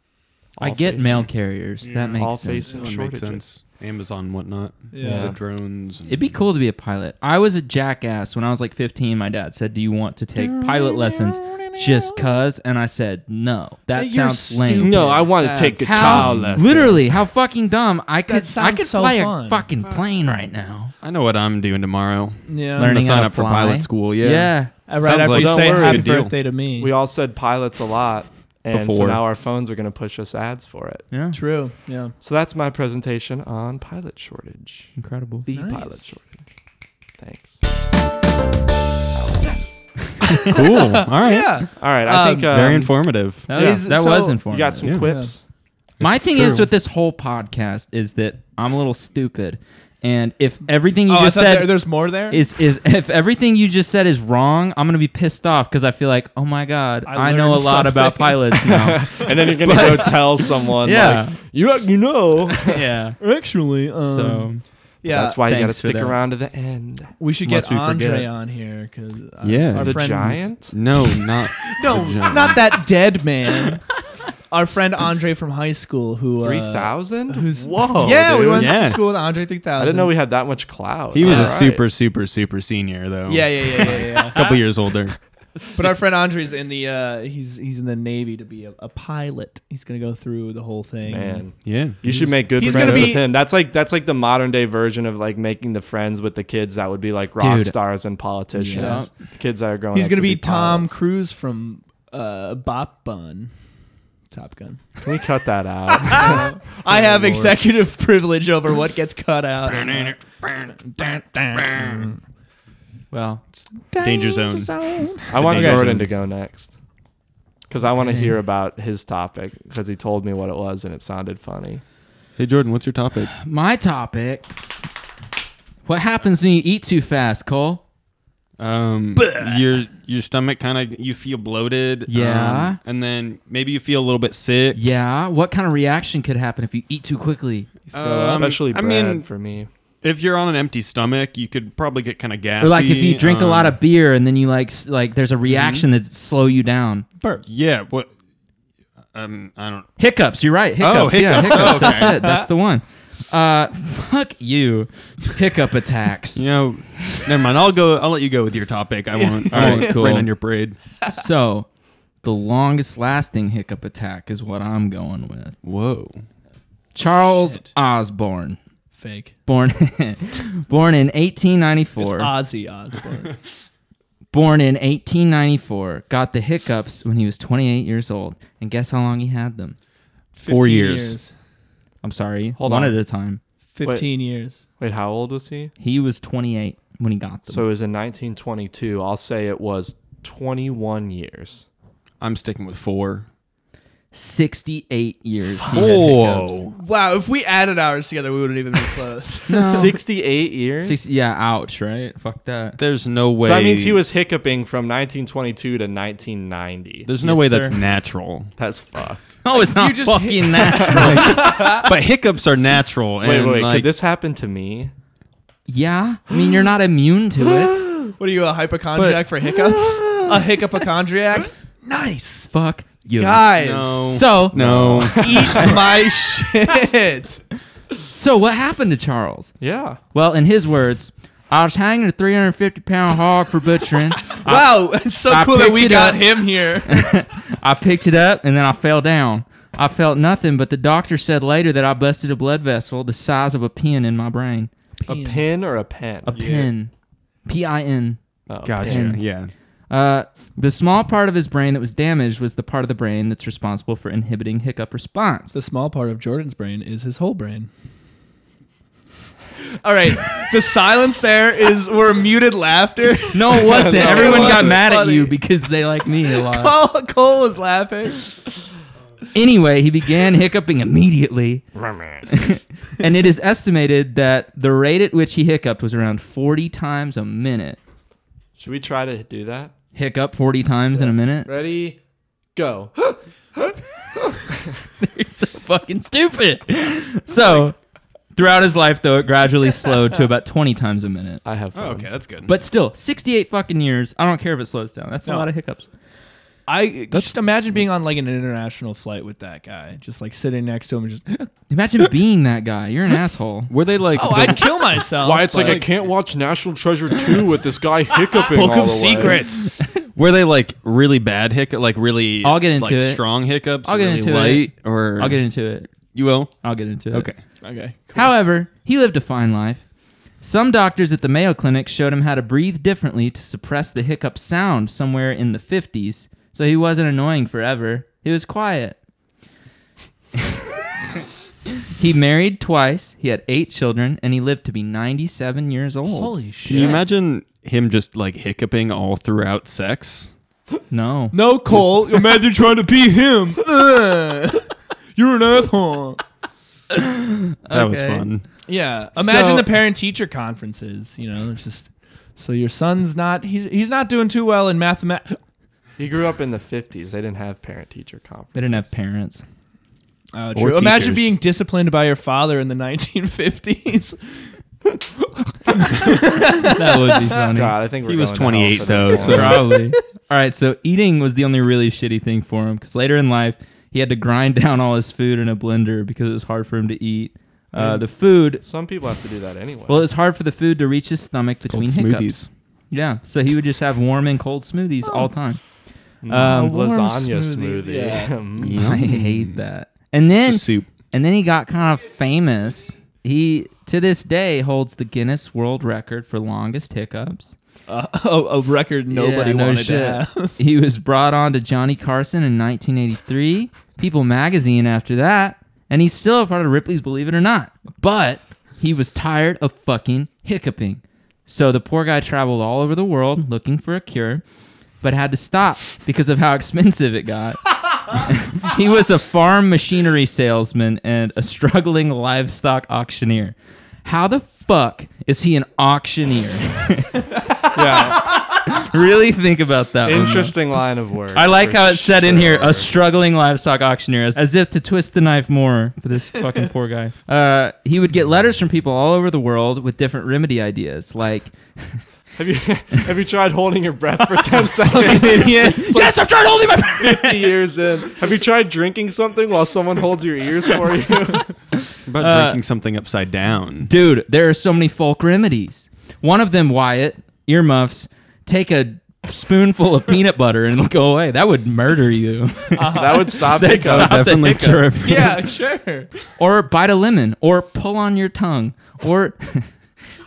Speaker 1: I
Speaker 2: All
Speaker 1: get
Speaker 2: facing-
Speaker 1: mail carriers. that makes
Speaker 2: all
Speaker 1: sense.
Speaker 2: facing
Speaker 4: That would make
Speaker 2: shortages.
Speaker 4: sense. Amazon, and whatnot.
Speaker 3: Yeah.
Speaker 4: All the drones. And
Speaker 1: It'd be cool to be a pilot. I was a jackass when I was like 15. My dad said, "Do you want to take pilot lessons just cuz?" And I said, "No. That
Speaker 3: You're
Speaker 1: sounds lame."
Speaker 2: No, I want to
Speaker 3: That's
Speaker 2: take
Speaker 1: How-
Speaker 2: guitar lessons.
Speaker 1: Literally, how fucking dumb. I could I
Speaker 3: sounds
Speaker 1: could
Speaker 3: so
Speaker 1: fly
Speaker 3: fun.
Speaker 1: a fucking plane right now.
Speaker 4: I know what I'm doing tomorrow.
Speaker 3: Yeah.
Speaker 4: I'm
Speaker 1: Learning
Speaker 4: gonna sign
Speaker 1: how to
Speaker 4: up for
Speaker 1: fly.
Speaker 4: pilot school. Yeah.
Speaker 1: Yeah.
Speaker 3: Right
Speaker 4: Sounds
Speaker 3: after
Speaker 4: like-
Speaker 3: you
Speaker 2: Don't
Speaker 3: say
Speaker 2: worry.
Speaker 3: happy
Speaker 4: Good deal.
Speaker 3: birthday to me.
Speaker 2: We all said pilots a lot, and so
Speaker 4: Before.
Speaker 2: now our phones are going to push us ads for it.
Speaker 1: Yeah.
Speaker 3: True. Yeah.
Speaker 2: So that's my presentation on pilot shortage.
Speaker 1: Incredible.
Speaker 2: The
Speaker 3: Nice.
Speaker 2: pilot shortage. Thanks.
Speaker 4: Cool. All right.
Speaker 3: Yeah.
Speaker 2: All right, I
Speaker 3: Um,
Speaker 2: think um,
Speaker 4: Very informative.
Speaker 1: That,
Speaker 2: Yeah.
Speaker 1: was, that
Speaker 3: So-
Speaker 1: was
Speaker 3: You
Speaker 1: informative.
Speaker 2: You got some
Speaker 4: Yeah.
Speaker 2: quips.
Speaker 1: My thing
Speaker 4: True.
Speaker 1: is with this whole podcast is that I'm a little stupid, and if everything you
Speaker 3: oh,
Speaker 1: just
Speaker 3: I thought
Speaker 1: said
Speaker 3: there, there's more there.
Speaker 1: is is if everything you just said is wrong, I'm gonna be pissed off because I feel like, oh my god, I,
Speaker 3: I
Speaker 1: know a
Speaker 3: learned
Speaker 1: lot about
Speaker 3: something.
Speaker 1: pilots now.
Speaker 2: And then you're gonna go tell someone.
Speaker 1: Yeah.
Speaker 2: Like, you you know.
Speaker 1: yeah.
Speaker 3: actually um,
Speaker 1: So
Speaker 3: yeah.
Speaker 2: that's why you got to
Speaker 1: thanks for
Speaker 2: stick
Speaker 1: that.
Speaker 2: around to the end.
Speaker 3: we should
Speaker 1: Unless
Speaker 3: get
Speaker 1: we forget
Speaker 3: Andre
Speaker 1: it.
Speaker 3: on here because
Speaker 4: Yeah.
Speaker 3: our
Speaker 2: the
Speaker 3: friend
Speaker 2: giant.
Speaker 4: No, not.
Speaker 3: No,
Speaker 4: the giant.
Speaker 3: not that dead man. Our friend Andre from high school who uh,
Speaker 2: Three thousand.
Speaker 3: who's-
Speaker 2: Whoa.
Speaker 3: Yeah, we
Speaker 2: dude.
Speaker 3: went
Speaker 4: Yeah.
Speaker 3: to school with Andre three thousand.
Speaker 2: I didn't know we had that much clout.
Speaker 4: He was a
Speaker 2: All right.
Speaker 4: super, super, super senior though.
Speaker 3: Yeah, yeah, yeah, yeah, yeah.
Speaker 4: A couple years older.
Speaker 3: but our friend Andre's in the uh, he's he's in the Navy to be a, a pilot. He's gonna go through the whole thing.
Speaker 2: man.
Speaker 4: Yeah.
Speaker 2: You should make good
Speaker 3: he's
Speaker 2: friends
Speaker 3: gonna be-
Speaker 2: with him. That's like that's like the modern day version of like making the friends with the kids that would be like rock
Speaker 1: Dude.
Speaker 2: stars and politicians. The kids that are growing.
Speaker 3: He's
Speaker 2: up
Speaker 3: gonna
Speaker 2: to
Speaker 3: be,
Speaker 2: be,
Speaker 3: Tom
Speaker 2: pilots.
Speaker 3: Cruise from uh, Bop Bun, Top Gun.
Speaker 2: Can we cut that out?
Speaker 4: Oh,
Speaker 3: I have executive privilege over what gets cut out.
Speaker 1: well,
Speaker 4: Danger zone.
Speaker 2: I want
Speaker 4: Danger
Speaker 2: Jordan
Speaker 4: Zone.
Speaker 2: to go next because I want to hear about his topic because he told me what it was and it sounded funny.
Speaker 4: Hey Jordan, what's your topic?
Speaker 1: my topic. What happens when you eat too fast, Cole?
Speaker 4: Um, your your stomach kind of you feel bloated.
Speaker 1: Yeah.
Speaker 4: um, and then maybe you feel a little bit sick.
Speaker 1: Yeah. What kind of reaction could happen if you eat too quickly?
Speaker 4: Um,
Speaker 2: Especially
Speaker 4: I
Speaker 2: Brad
Speaker 4: mean,
Speaker 2: for me.
Speaker 4: if you're on an empty stomach, you could probably get kind of gassy.
Speaker 1: Or like if you drink a lot
Speaker 4: um,
Speaker 1: of beer and then you like s- like there's a
Speaker 3: mm-hmm.
Speaker 1: reaction that slow you down.
Speaker 3: Burp.
Speaker 4: yeah. What? Um, I don't.
Speaker 1: Hiccups. You're right. Hiccups. Yeah,
Speaker 4: hiccups.
Speaker 1: hiccups.
Speaker 4: Oh, okay.
Speaker 1: That's it. That's the one. Uh, fuck you. Hiccup attacks.
Speaker 4: You know, never mind. I'll go. I'll let you go with your topic. I won't. I won't rain on your parade.
Speaker 1: So, the longest lasting hiccup attack is what I'm going with.
Speaker 4: Whoa.
Speaker 1: Charles Osborne,
Speaker 3: Fake.
Speaker 1: born born in
Speaker 3: It's
Speaker 1: 1894.
Speaker 3: Ozzy Osbourne.
Speaker 1: born in 1894, got the hiccups when he was 28 years old, and guess how long he had them?
Speaker 4: Four
Speaker 3: 15
Speaker 4: years.
Speaker 1: I'm sorry,
Speaker 2: Hold
Speaker 1: one
Speaker 2: on.
Speaker 1: at a time.
Speaker 3: 15 years.
Speaker 2: Wait, how old was he?
Speaker 1: He was 28 when he got them.
Speaker 2: So it was in 1922. I'll say it was 21 years.
Speaker 4: I'm sticking with four.
Speaker 1: 68 years. he had hiccups.
Speaker 3: Wow, if we added ours together, we wouldn't even be close.
Speaker 2: 68 years?
Speaker 1: Six, yeah, ouch, right? Fuck that.
Speaker 4: There's no way.
Speaker 2: So that means he was hiccuping from 1922 to 1990.
Speaker 4: There's no
Speaker 1: Yes,
Speaker 4: way
Speaker 1: sir.
Speaker 4: that's natural.
Speaker 2: That's fucked.
Speaker 1: Oh, it's not
Speaker 3: just
Speaker 1: fucking that.
Speaker 4: but hiccups are natural.
Speaker 2: wait,
Speaker 4: and
Speaker 2: wait,
Speaker 4: like,
Speaker 2: could this happen to me?
Speaker 1: yeah, I mean, you're not immune to it.
Speaker 3: what are you, a hypochondriac for hiccups? a hiccupochondriac? nice.
Speaker 1: Fuck you.
Speaker 3: Guys,
Speaker 4: No.
Speaker 1: So,
Speaker 4: No.
Speaker 3: eat my shit.
Speaker 1: so what happened to Charles?
Speaker 2: Yeah.
Speaker 1: Well, in his words, I was hanging a 350 pound hog for butchering. I,
Speaker 3: Wow, it's so
Speaker 1: I
Speaker 3: cool that
Speaker 1: picked
Speaker 3: we
Speaker 1: it
Speaker 3: got
Speaker 1: up.
Speaker 3: him here.
Speaker 1: I picked it up and then I fell down. I felt nothing, but the doctor said later that I busted a blood vessel the size of a pin in my brain.
Speaker 2: A pin or a pen?
Speaker 1: A pin. P I N.
Speaker 2: Oh,
Speaker 4: Gotcha.
Speaker 2: pin.
Speaker 4: Yeah.
Speaker 1: Uh, the small part of his brain that was damaged was the part of the brain that's responsible for inhibiting hiccup response.
Speaker 3: The small part of Jordan's brain is his whole brain. All right, the silence there is we're muted laughter.
Speaker 1: No, it wasn't.
Speaker 2: No, it
Speaker 1: Everyone got
Speaker 3: wasn't.
Speaker 1: mad at
Speaker 3: Funny.
Speaker 1: you because they like me a lot.
Speaker 3: Cole, Cole was laughing.
Speaker 1: Anyway, he began hiccuping immediately, and it is estimated that the rate at which he hiccuped was around 40 times a minute.
Speaker 2: Should we try to do that?
Speaker 1: Hiccup 40 times in a minute?
Speaker 2: Ready? Go.
Speaker 1: You're so fucking stupid. So, throughout his life, though, it gradually slowed to about 20 times a minute.
Speaker 2: I have fun.
Speaker 4: Oh, okay, that's good.
Speaker 1: But still, 68 fucking years. I don't care if it slows down. That's a lot of hiccups.
Speaker 3: I just imagine being on like an international flight with that guy, just like sitting next to him, and just
Speaker 1: Imagine being that guy. You're an asshole.
Speaker 4: were they like?
Speaker 3: oh,
Speaker 4: the-
Speaker 3: I'd kill myself.
Speaker 2: Why it's like,
Speaker 3: but-
Speaker 2: I can't watch National Treasure 2 with this guy hiccuping
Speaker 3: book
Speaker 2: all
Speaker 3: of
Speaker 2: the way.
Speaker 3: secrets.
Speaker 4: were they like really bad hiccup? Like really?
Speaker 1: I'll get into
Speaker 4: like,
Speaker 1: it.
Speaker 4: Strong hiccups.
Speaker 1: I'll get
Speaker 4: really
Speaker 1: into it.
Speaker 4: light, Or
Speaker 1: I'll get into it.
Speaker 4: You will.
Speaker 1: I'll get into it.
Speaker 4: Okay.
Speaker 3: okay,
Speaker 1: However, he lived a fine life. Some doctors at the Mayo Clinic showed him how to breathe differently to suppress the hiccup sound somewhere in the 50s, so he wasn't annoying forever. He was quiet. he married twice, he had eight children, and he lived to be 97 years old.
Speaker 3: holy
Speaker 4: Can
Speaker 3: shit.
Speaker 4: you imagine him just like hiccuping all throughout sex?
Speaker 1: No.
Speaker 3: No, Cole. Imagine trying to be him. Ugh. You're an asshole.
Speaker 4: That was
Speaker 1: Okay.
Speaker 4: fun.
Speaker 3: Yeah. Imagine
Speaker 1: So-
Speaker 3: the parent-teacher conferences. You know, it's just so your son's not he's he's not doing too well in mathematics.
Speaker 2: He grew up in the 50s. They didn't have parent teacher conferences.
Speaker 1: They didn't have parents.
Speaker 3: Oh,
Speaker 4: Or
Speaker 3: true. Imagine
Speaker 4: teachers.
Speaker 3: being disciplined by your father in the 1950s.
Speaker 1: That would be funny.
Speaker 2: God, I think we're
Speaker 4: He was
Speaker 2: going to hell
Speaker 4: 28
Speaker 2: for this
Speaker 4: though,
Speaker 2: one.
Speaker 4: so-
Speaker 1: Probably. all right, so eating was the only really shitty thing for him because later in life, he had to grind down all his food in a blender because it was hard for him to eat. Uh, the food,
Speaker 2: Some people have to do that anyway.
Speaker 1: well, it was hard for the food to reach his stomach between hiccups. Yeah, so he would just have warm and cold smoothies all time.
Speaker 2: Um,
Speaker 1: Um,
Speaker 3: warm
Speaker 2: Oh. lasagna
Speaker 3: smoothies,
Speaker 2: smoothie.
Speaker 3: yeah.
Speaker 2: Mm.
Speaker 1: I hate that. And then,
Speaker 4: It's a soup.
Speaker 1: and then he got kind of famous. He to this day holds the Guinness World Record for longest hiccups.
Speaker 3: Uh, a, a record nobody
Speaker 1: Yeah, no
Speaker 3: wanted
Speaker 1: shit.
Speaker 3: to have.
Speaker 1: he was brought on to Johnny Carson in 1983, People Magazine after that, and he's still a part of Ripley's Believe It or Not. But he was tired of fucking hiccuping. So the poor guy traveled all over the world looking for a cure, but had to stop because of how expensive it got. he was a farm machinery salesman and a struggling livestock auctioneer. How the fuck is he an auctioneer?
Speaker 2: yeah,
Speaker 1: really think about that. one, though.
Speaker 2: interesting line of work.
Speaker 1: I like
Speaker 2: for
Speaker 1: how it's said in here
Speaker 2: sure.
Speaker 1: a struggling livestock auctioneer, as, as if to twist the knife more for this fucking poor guy. Uh, he would get letters from people all over the world with different remedy ideas, like,
Speaker 2: have you have you tried holding your breath for ten seconds?
Speaker 1: Yes, I've tried holding my breath!
Speaker 2: Fifty years in. Have you tried drinking something while someone holds your ears for you?
Speaker 4: About
Speaker 1: Uh,
Speaker 4: drinking something upside down.
Speaker 1: Dude, there are so many folk remedies. One of them, Wyatt, earmuffs, take a spoonful of peanut butter and it'll go away. That would murder you.
Speaker 2: that would stop
Speaker 1: That'd
Speaker 2: it.
Speaker 1: stop. the
Speaker 4: Definitely
Speaker 1: hiccups.
Speaker 4: cure it for-
Speaker 3: yeah, sure.
Speaker 1: or bite a lemon, or pull on your tongue, or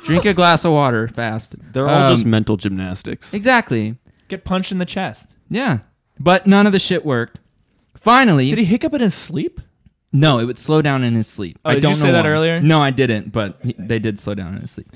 Speaker 1: Drink a glass of water fast.
Speaker 4: They're all
Speaker 1: Um,
Speaker 4: just mental gymnastics.
Speaker 1: exactly.
Speaker 3: Get punched in the chest.
Speaker 1: Yeah, but none of the shit worked. Finally,
Speaker 3: Did he hiccup in his sleep?
Speaker 1: no, it would slow down in his sleep.
Speaker 3: Oh,
Speaker 1: I
Speaker 3: did
Speaker 1: don't
Speaker 3: you say
Speaker 1: know
Speaker 3: that
Speaker 1: why.
Speaker 3: earlier?
Speaker 1: No, I didn't, but he- they did slow down in his sleep.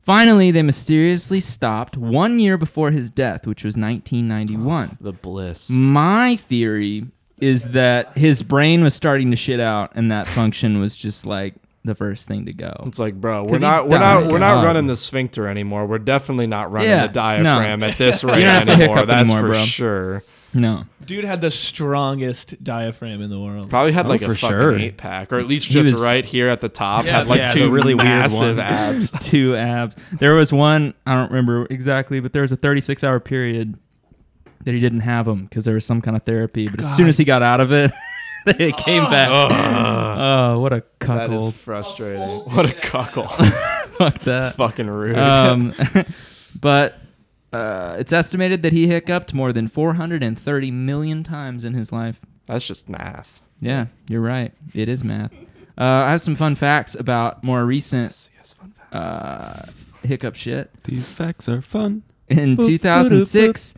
Speaker 1: Finally, they mysteriously stopped one year before his death, which was 1991.
Speaker 2: The bliss.
Speaker 1: My theory is that his brain was starting to shit out, and that function was just like the first thing to go.
Speaker 2: It's like, bro,
Speaker 1: 'Cause
Speaker 2: we're
Speaker 1: he
Speaker 2: not, we're not,
Speaker 1: died.
Speaker 2: we're not
Speaker 1: God.
Speaker 2: running the sphincter anymore. We're definitely not running
Speaker 1: Yeah,
Speaker 2: the diaphragm
Speaker 1: no.
Speaker 2: at this
Speaker 1: don't
Speaker 2: rate
Speaker 1: have to
Speaker 2: anymore.
Speaker 1: hiccup
Speaker 2: That's
Speaker 1: anymore,
Speaker 2: for
Speaker 1: bro.
Speaker 2: sure.
Speaker 1: No.
Speaker 3: Dude had the strongest diaphragm in the world.
Speaker 2: Probably had
Speaker 4: Oh,
Speaker 2: like a
Speaker 4: for
Speaker 2: fucking
Speaker 4: sure.
Speaker 2: eight pack, or at least
Speaker 1: He
Speaker 2: just
Speaker 1: was-
Speaker 2: right here at the top.
Speaker 3: Yeah,
Speaker 2: had like
Speaker 4: yeah, the
Speaker 2: two really
Speaker 4: really weird
Speaker 2: massive
Speaker 4: one.
Speaker 2: abs.
Speaker 1: two abs. There was one I don't remember exactly, but there was a 36 hour period that he didn't have them because there was some kind of therapy. But as soon as he got out of it, it came back. Oh, what a
Speaker 2: That is
Speaker 1: cuckold!
Speaker 2: frustrating. What a cuckle.
Speaker 1: Fuck that.
Speaker 2: It's fucking rude.
Speaker 1: Um, but uh, it's estimated that he hiccuped more than 430 million times in his life.
Speaker 2: That's just math.
Speaker 1: Yeah, you're right. It is math. Uh, I have some fun facts about more recent
Speaker 2: Yes, fun fact.
Speaker 1: uh, hiccup shit.
Speaker 4: These facts are fun.
Speaker 1: In
Speaker 4: Boop,
Speaker 1: 2006,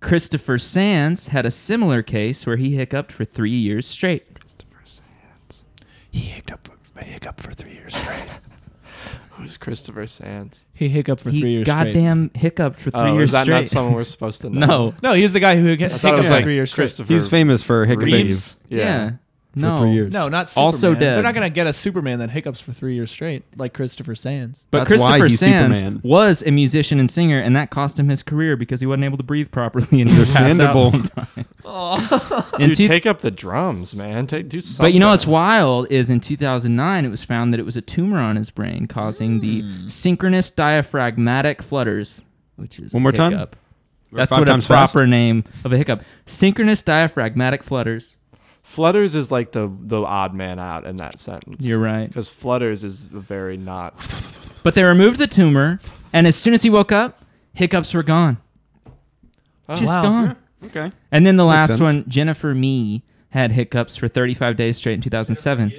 Speaker 1: Christopher Sands had a similar case where he hiccuped for three years straight.
Speaker 2: Christopher Sands.
Speaker 3: He hiccuped for, hiccuped for three years straight.
Speaker 2: Who's Christopher Sands?
Speaker 3: he hiccuped for
Speaker 1: he
Speaker 3: three years straight.
Speaker 1: goddamn hiccuped for three
Speaker 2: Oh,
Speaker 1: years
Speaker 2: is that
Speaker 1: straight.
Speaker 2: not someone we're supposed to know?
Speaker 1: no.
Speaker 3: No, he was the guy who hic-
Speaker 2: I
Speaker 3: hiccuped
Speaker 2: thought it was
Speaker 3: for
Speaker 2: like
Speaker 3: three years straight.
Speaker 2: Christopher.
Speaker 4: He's famous for hiccuping.
Speaker 2: Reeves.
Speaker 1: Yeah. No.
Speaker 4: three years.
Speaker 3: No, not Superman.
Speaker 1: Also dead.
Speaker 3: They're not gonna get a Superman that hiccups for three years straight, like Christopher Sands.
Speaker 1: But
Speaker 4: That's why
Speaker 1: Christopher
Speaker 4: he's
Speaker 1: Sands
Speaker 4: Superman.
Speaker 1: was a musician and singer, and that cost him his career because he wasn't able to breathe properly and he would pass out
Speaker 4: Understandable.
Speaker 1: sometimes. In
Speaker 2: Dude,
Speaker 1: two-
Speaker 2: take up the drums, man. Take do something.
Speaker 1: but you know what's wild is in 2009 it was found that it was a tumor on his brain causing
Speaker 4: Hmm.
Speaker 1: the synchronous diaphragmatic flutters, which is
Speaker 4: One
Speaker 1: a
Speaker 4: more time?
Speaker 1: hiccup. That's
Speaker 4: Five
Speaker 1: what a
Speaker 4: times
Speaker 1: proper
Speaker 4: fast?
Speaker 1: name of a hiccup. Synchronous diaphragmatic flutters.
Speaker 2: Flutters is like the the odd man out in that sentence.
Speaker 1: You're right.
Speaker 2: Because Flutters is very not.
Speaker 1: But they removed the tumor, and as soon as he woke up, hiccups were gone.
Speaker 4: Oh,
Speaker 1: Just
Speaker 3: wow.
Speaker 1: gone.
Speaker 4: Okay.
Speaker 1: And then the
Speaker 4: Makes
Speaker 1: last
Speaker 4: sense.
Speaker 1: one, Jennifer Me had hiccups for 35 days straight in 2007,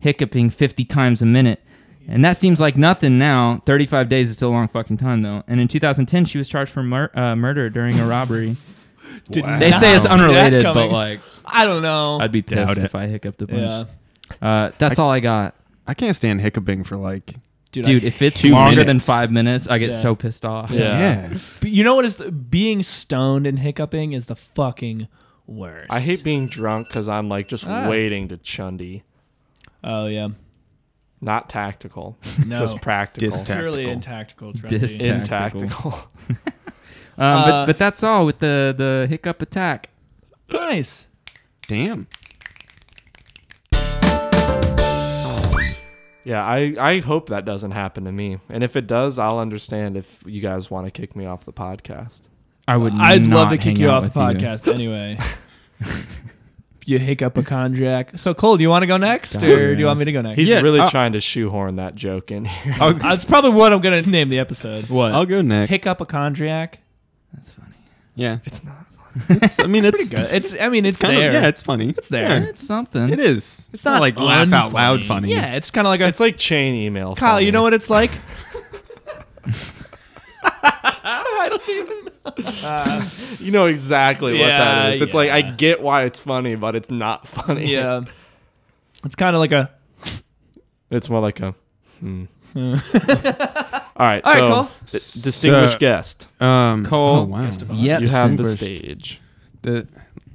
Speaker 1: hiccuping 50 times a minute. And that seems like nothing now. 35 days is still a long fucking time, though. And in 2010, she was charged for mur- uh, murder during a robbery.
Speaker 3: Did
Speaker 4: Wow.
Speaker 1: They
Speaker 3: not
Speaker 1: say it's
Speaker 3: see that
Speaker 1: unrelated, but
Speaker 3: coming.
Speaker 1: like,
Speaker 3: I don't know.
Speaker 1: I'd be
Speaker 4: Doubt
Speaker 1: pissed
Speaker 4: it.
Speaker 1: if I hiccuped a bunch.
Speaker 3: yeah,
Speaker 1: Uh, that's all I got.
Speaker 4: I can't stand hiccuping for like.
Speaker 3: dude.
Speaker 1: Dude,
Speaker 3: I-
Speaker 1: if it's
Speaker 4: two
Speaker 1: longer than
Speaker 4: minutes.
Speaker 1: five minutes, I get
Speaker 3: Yeah.
Speaker 1: so pissed off.
Speaker 2: Yeah.
Speaker 4: Yeah.
Speaker 3: But you know what is the, being stoned and hiccuping is the fucking worst.
Speaker 2: I hate being drunk because I'm like just
Speaker 3: Ah.
Speaker 2: waiting to chundy.
Speaker 3: Oh yeah,
Speaker 2: Not tactical.
Speaker 3: no,
Speaker 2: Just practical.
Speaker 4: Dis-
Speaker 3: purely
Speaker 4: tactical.
Speaker 3: in tactical.
Speaker 1: Dis-
Speaker 3: trendy.
Speaker 2: In
Speaker 1: Tactical.
Speaker 2: tactical.
Speaker 1: Um, but,
Speaker 3: Uh,
Speaker 1: but that's all with the, the hiccup attack.
Speaker 3: nice.
Speaker 4: Damn.
Speaker 2: yeah, I, I hope that doesn't happen to me. And if it does, I'll understand if you guys want to kick me off the podcast.
Speaker 1: I would.
Speaker 3: I'd love
Speaker 1: not
Speaker 3: to kick
Speaker 1: hang
Speaker 3: you
Speaker 1: out
Speaker 3: off the
Speaker 1: with you.
Speaker 3: podcast anyway. you hiccup a contract. So Cole, do you want to go next,
Speaker 1: God,
Speaker 3: or do you want
Speaker 1: yes.
Speaker 3: me to go next?
Speaker 2: He's
Speaker 4: Yeah,
Speaker 2: really
Speaker 4: I-
Speaker 2: trying to shoehorn that joke in here.
Speaker 4: I'll,
Speaker 3: That's probably what I'm gonna name the episode.
Speaker 1: What?
Speaker 4: I'll go next.
Speaker 3: Hiccup a contract.
Speaker 1: That's funny.
Speaker 4: yeah.
Speaker 2: It's not.
Speaker 4: It's, I mean, it's,
Speaker 3: Pretty good. It's. I mean, it's,
Speaker 4: kind
Speaker 3: there.
Speaker 4: of yeah, it's funny. It's
Speaker 3: there.
Speaker 1: It's something.
Speaker 4: It is.
Speaker 3: It's not
Speaker 4: like laugh out loud funny.
Speaker 3: Yeah, it's kind of like a.
Speaker 2: It's like chain email.
Speaker 3: Kyle,
Speaker 2: funny.
Speaker 3: you know what it's like?
Speaker 2: You know exactly what
Speaker 3: Yeah,
Speaker 2: that is. It's like I
Speaker 3: yeah.
Speaker 2: get why it's funny, but it's not funny.
Speaker 3: yeah. It's kind of like a.
Speaker 2: It's more like a. Hmm. All right.
Speaker 3: All right,
Speaker 2: so,
Speaker 3: Cole.
Speaker 2: d- distinguished
Speaker 4: So-
Speaker 2: guest,
Speaker 4: Um,
Speaker 1: Cole
Speaker 4: oh, wow.
Speaker 3: Gustafson.
Speaker 1: Yep.
Speaker 2: you have the stage.
Speaker 4: The-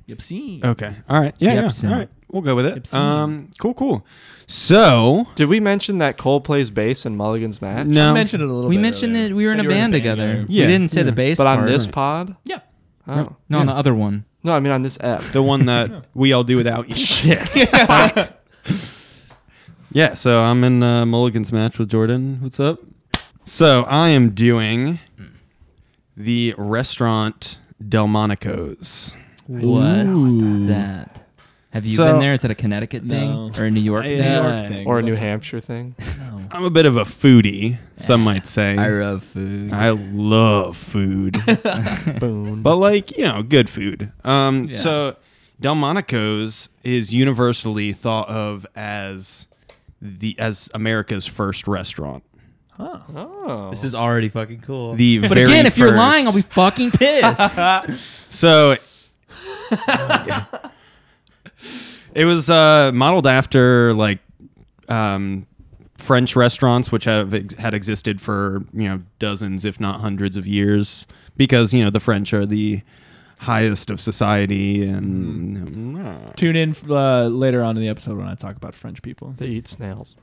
Speaker 3: Yipsy.
Speaker 4: okay. All right. Yeah, yeah.
Speaker 1: Yepsen.
Speaker 4: All right. We'll go with it.
Speaker 3: Yepsen.
Speaker 4: Um, cool, cool. So,
Speaker 2: Did we mention that Cole plays bass in Mulligan's match?
Speaker 3: I
Speaker 4: no.
Speaker 3: mentioned it a little.
Speaker 1: We
Speaker 3: bit
Speaker 1: mentioned
Speaker 3: earlier,
Speaker 1: that we were in a
Speaker 3: you
Speaker 1: band together.
Speaker 4: Yeah.
Speaker 1: We didn't say the
Speaker 4: Yeah.
Speaker 1: bass
Speaker 2: But on
Speaker 1: part.
Speaker 2: this pod?
Speaker 3: Yeah.
Speaker 2: Oh.
Speaker 1: No, on the other one.
Speaker 2: No, I mean on this app.
Speaker 4: the one that we all do without you. Shit. yeah, so I'm in uh, Mulligan's match with Jordan. What's up? So I am doing the restaurant Delmonico's.
Speaker 1: What's that? Have you
Speaker 4: So-
Speaker 1: been there? Is it a Connecticut
Speaker 3: No.
Speaker 1: thing or a New York thing?
Speaker 3: uh,
Speaker 4: I- Yeah.
Speaker 3: New York thing.
Speaker 2: Or a New Hampshire thing.
Speaker 4: I'm a bit of a foodie, some might say.
Speaker 1: love food.
Speaker 4: I love food.
Speaker 2: Boom.
Speaker 4: but like you know good food um
Speaker 1: Yeah.
Speaker 4: so delmonico's is universally thought of as the as america's first restaurant
Speaker 2: Oh.
Speaker 3: Oh.
Speaker 1: This is already fucking cool.
Speaker 4: The
Speaker 1: but
Speaker 4: very
Speaker 1: again, if you're
Speaker 4: first-
Speaker 1: lying, I'll be fucking pissed.
Speaker 4: So it was uh, modeled after like um, French restaurants, which have ex- had existed for you know dozens, if not hundreds, of years, because you know the French are the highest of society
Speaker 1: Mm-hmm.
Speaker 4: and
Speaker 3: Tune in uh, later on in the episode when I talk about French people.
Speaker 2: They eat snails.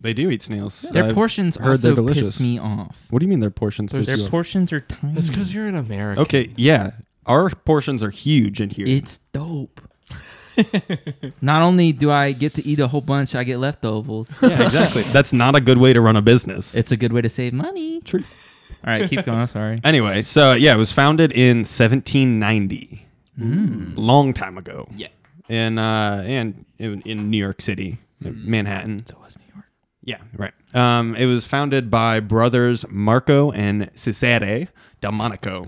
Speaker 4: they do eat snails.
Speaker 1: Their
Speaker 4: I've
Speaker 1: portions
Speaker 4: heard they're
Speaker 1: also
Speaker 4: delicious.
Speaker 1: piss me off.
Speaker 4: What do you mean their portions?
Speaker 2: There's
Speaker 4: piss
Speaker 1: Their
Speaker 4: you off?
Speaker 1: portions are tiny.
Speaker 3: Hmm.
Speaker 2: That's because you're an American.
Speaker 4: okay, yeah, our portions are huge in here.
Speaker 1: It's dope. Not only do I get to eat a whole bunch, I get leftovers.
Speaker 4: yeah, exactly. That's not a good way to run a business.
Speaker 1: It's a good way to save money.
Speaker 4: true.
Speaker 1: All right, keep going. I'm sorry.
Speaker 4: Anyway, so yeah, it was founded in 1790, long time ago.
Speaker 1: Hmm. Yeah.
Speaker 4: in uh, and in, in New York City, uh,
Speaker 1: Hmm.
Speaker 4: Manhattan.
Speaker 1: It was New York.
Speaker 4: Yeah, right. Um, it was founded by brothers Marco and Cesare Delmonico.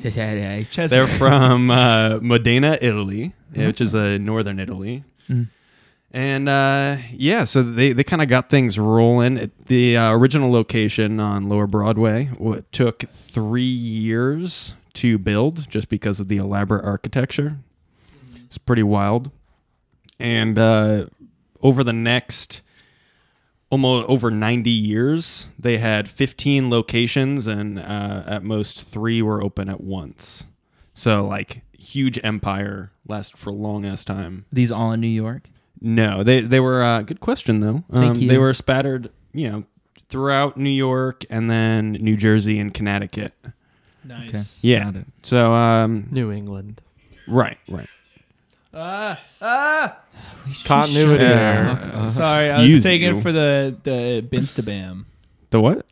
Speaker 3: Ches-
Speaker 4: They're from uh, Modena, Italy, which is uh, northern Italy. And uh, yeah, so they, they kind of got things rolling. At the uh, original location on Lower Broadway w- took three years to build just because of the elaborate architecture. It's pretty wild. And uh, over the next almost over 90 years, they had 15 locations, and uh, at most three were open at once. So, like, huge empire last for long ass time.
Speaker 1: These all in New York.
Speaker 4: No, they they were uh, good question though. Um,
Speaker 1: Thank you.
Speaker 4: They were spattered, you know, throughout New York and then New Jersey and Connecticut.
Speaker 3: nice.
Speaker 4: Yeah.
Speaker 1: Got it.
Speaker 4: So, um,
Speaker 2: New England.
Speaker 4: right, right.
Speaker 3: Ah, ah.
Speaker 2: Continuity
Speaker 4: shut
Speaker 2: there.
Speaker 4: up.
Speaker 3: Sorry, I was
Speaker 4: Excuse
Speaker 3: taking
Speaker 4: you.
Speaker 3: it for the the Binstabam
Speaker 4: The what?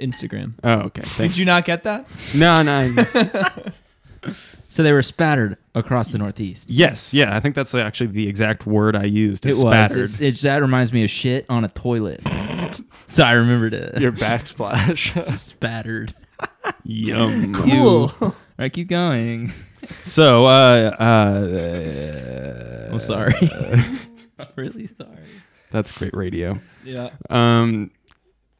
Speaker 3: Instagram.
Speaker 4: Oh, okay. Thanks.
Speaker 3: Did you not get that?
Speaker 4: No, no.
Speaker 1: So they were spattered across the Northeast.
Speaker 4: yes, yeah. I think that's actually the exact word I used.
Speaker 1: It
Speaker 4: is
Speaker 1: was.
Speaker 4: spattered.
Speaker 1: It's, it's, that reminds me of shit on a toilet. so I remembered it.
Speaker 2: Your backsplash.
Speaker 1: spattered.
Speaker 4: Yum.
Speaker 1: Cool. All right, keep going.
Speaker 4: So, uh, uh,
Speaker 1: I'm sorry. I'm really sorry.
Speaker 4: that's great radio.
Speaker 3: Yeah.
Speaker 4: Um,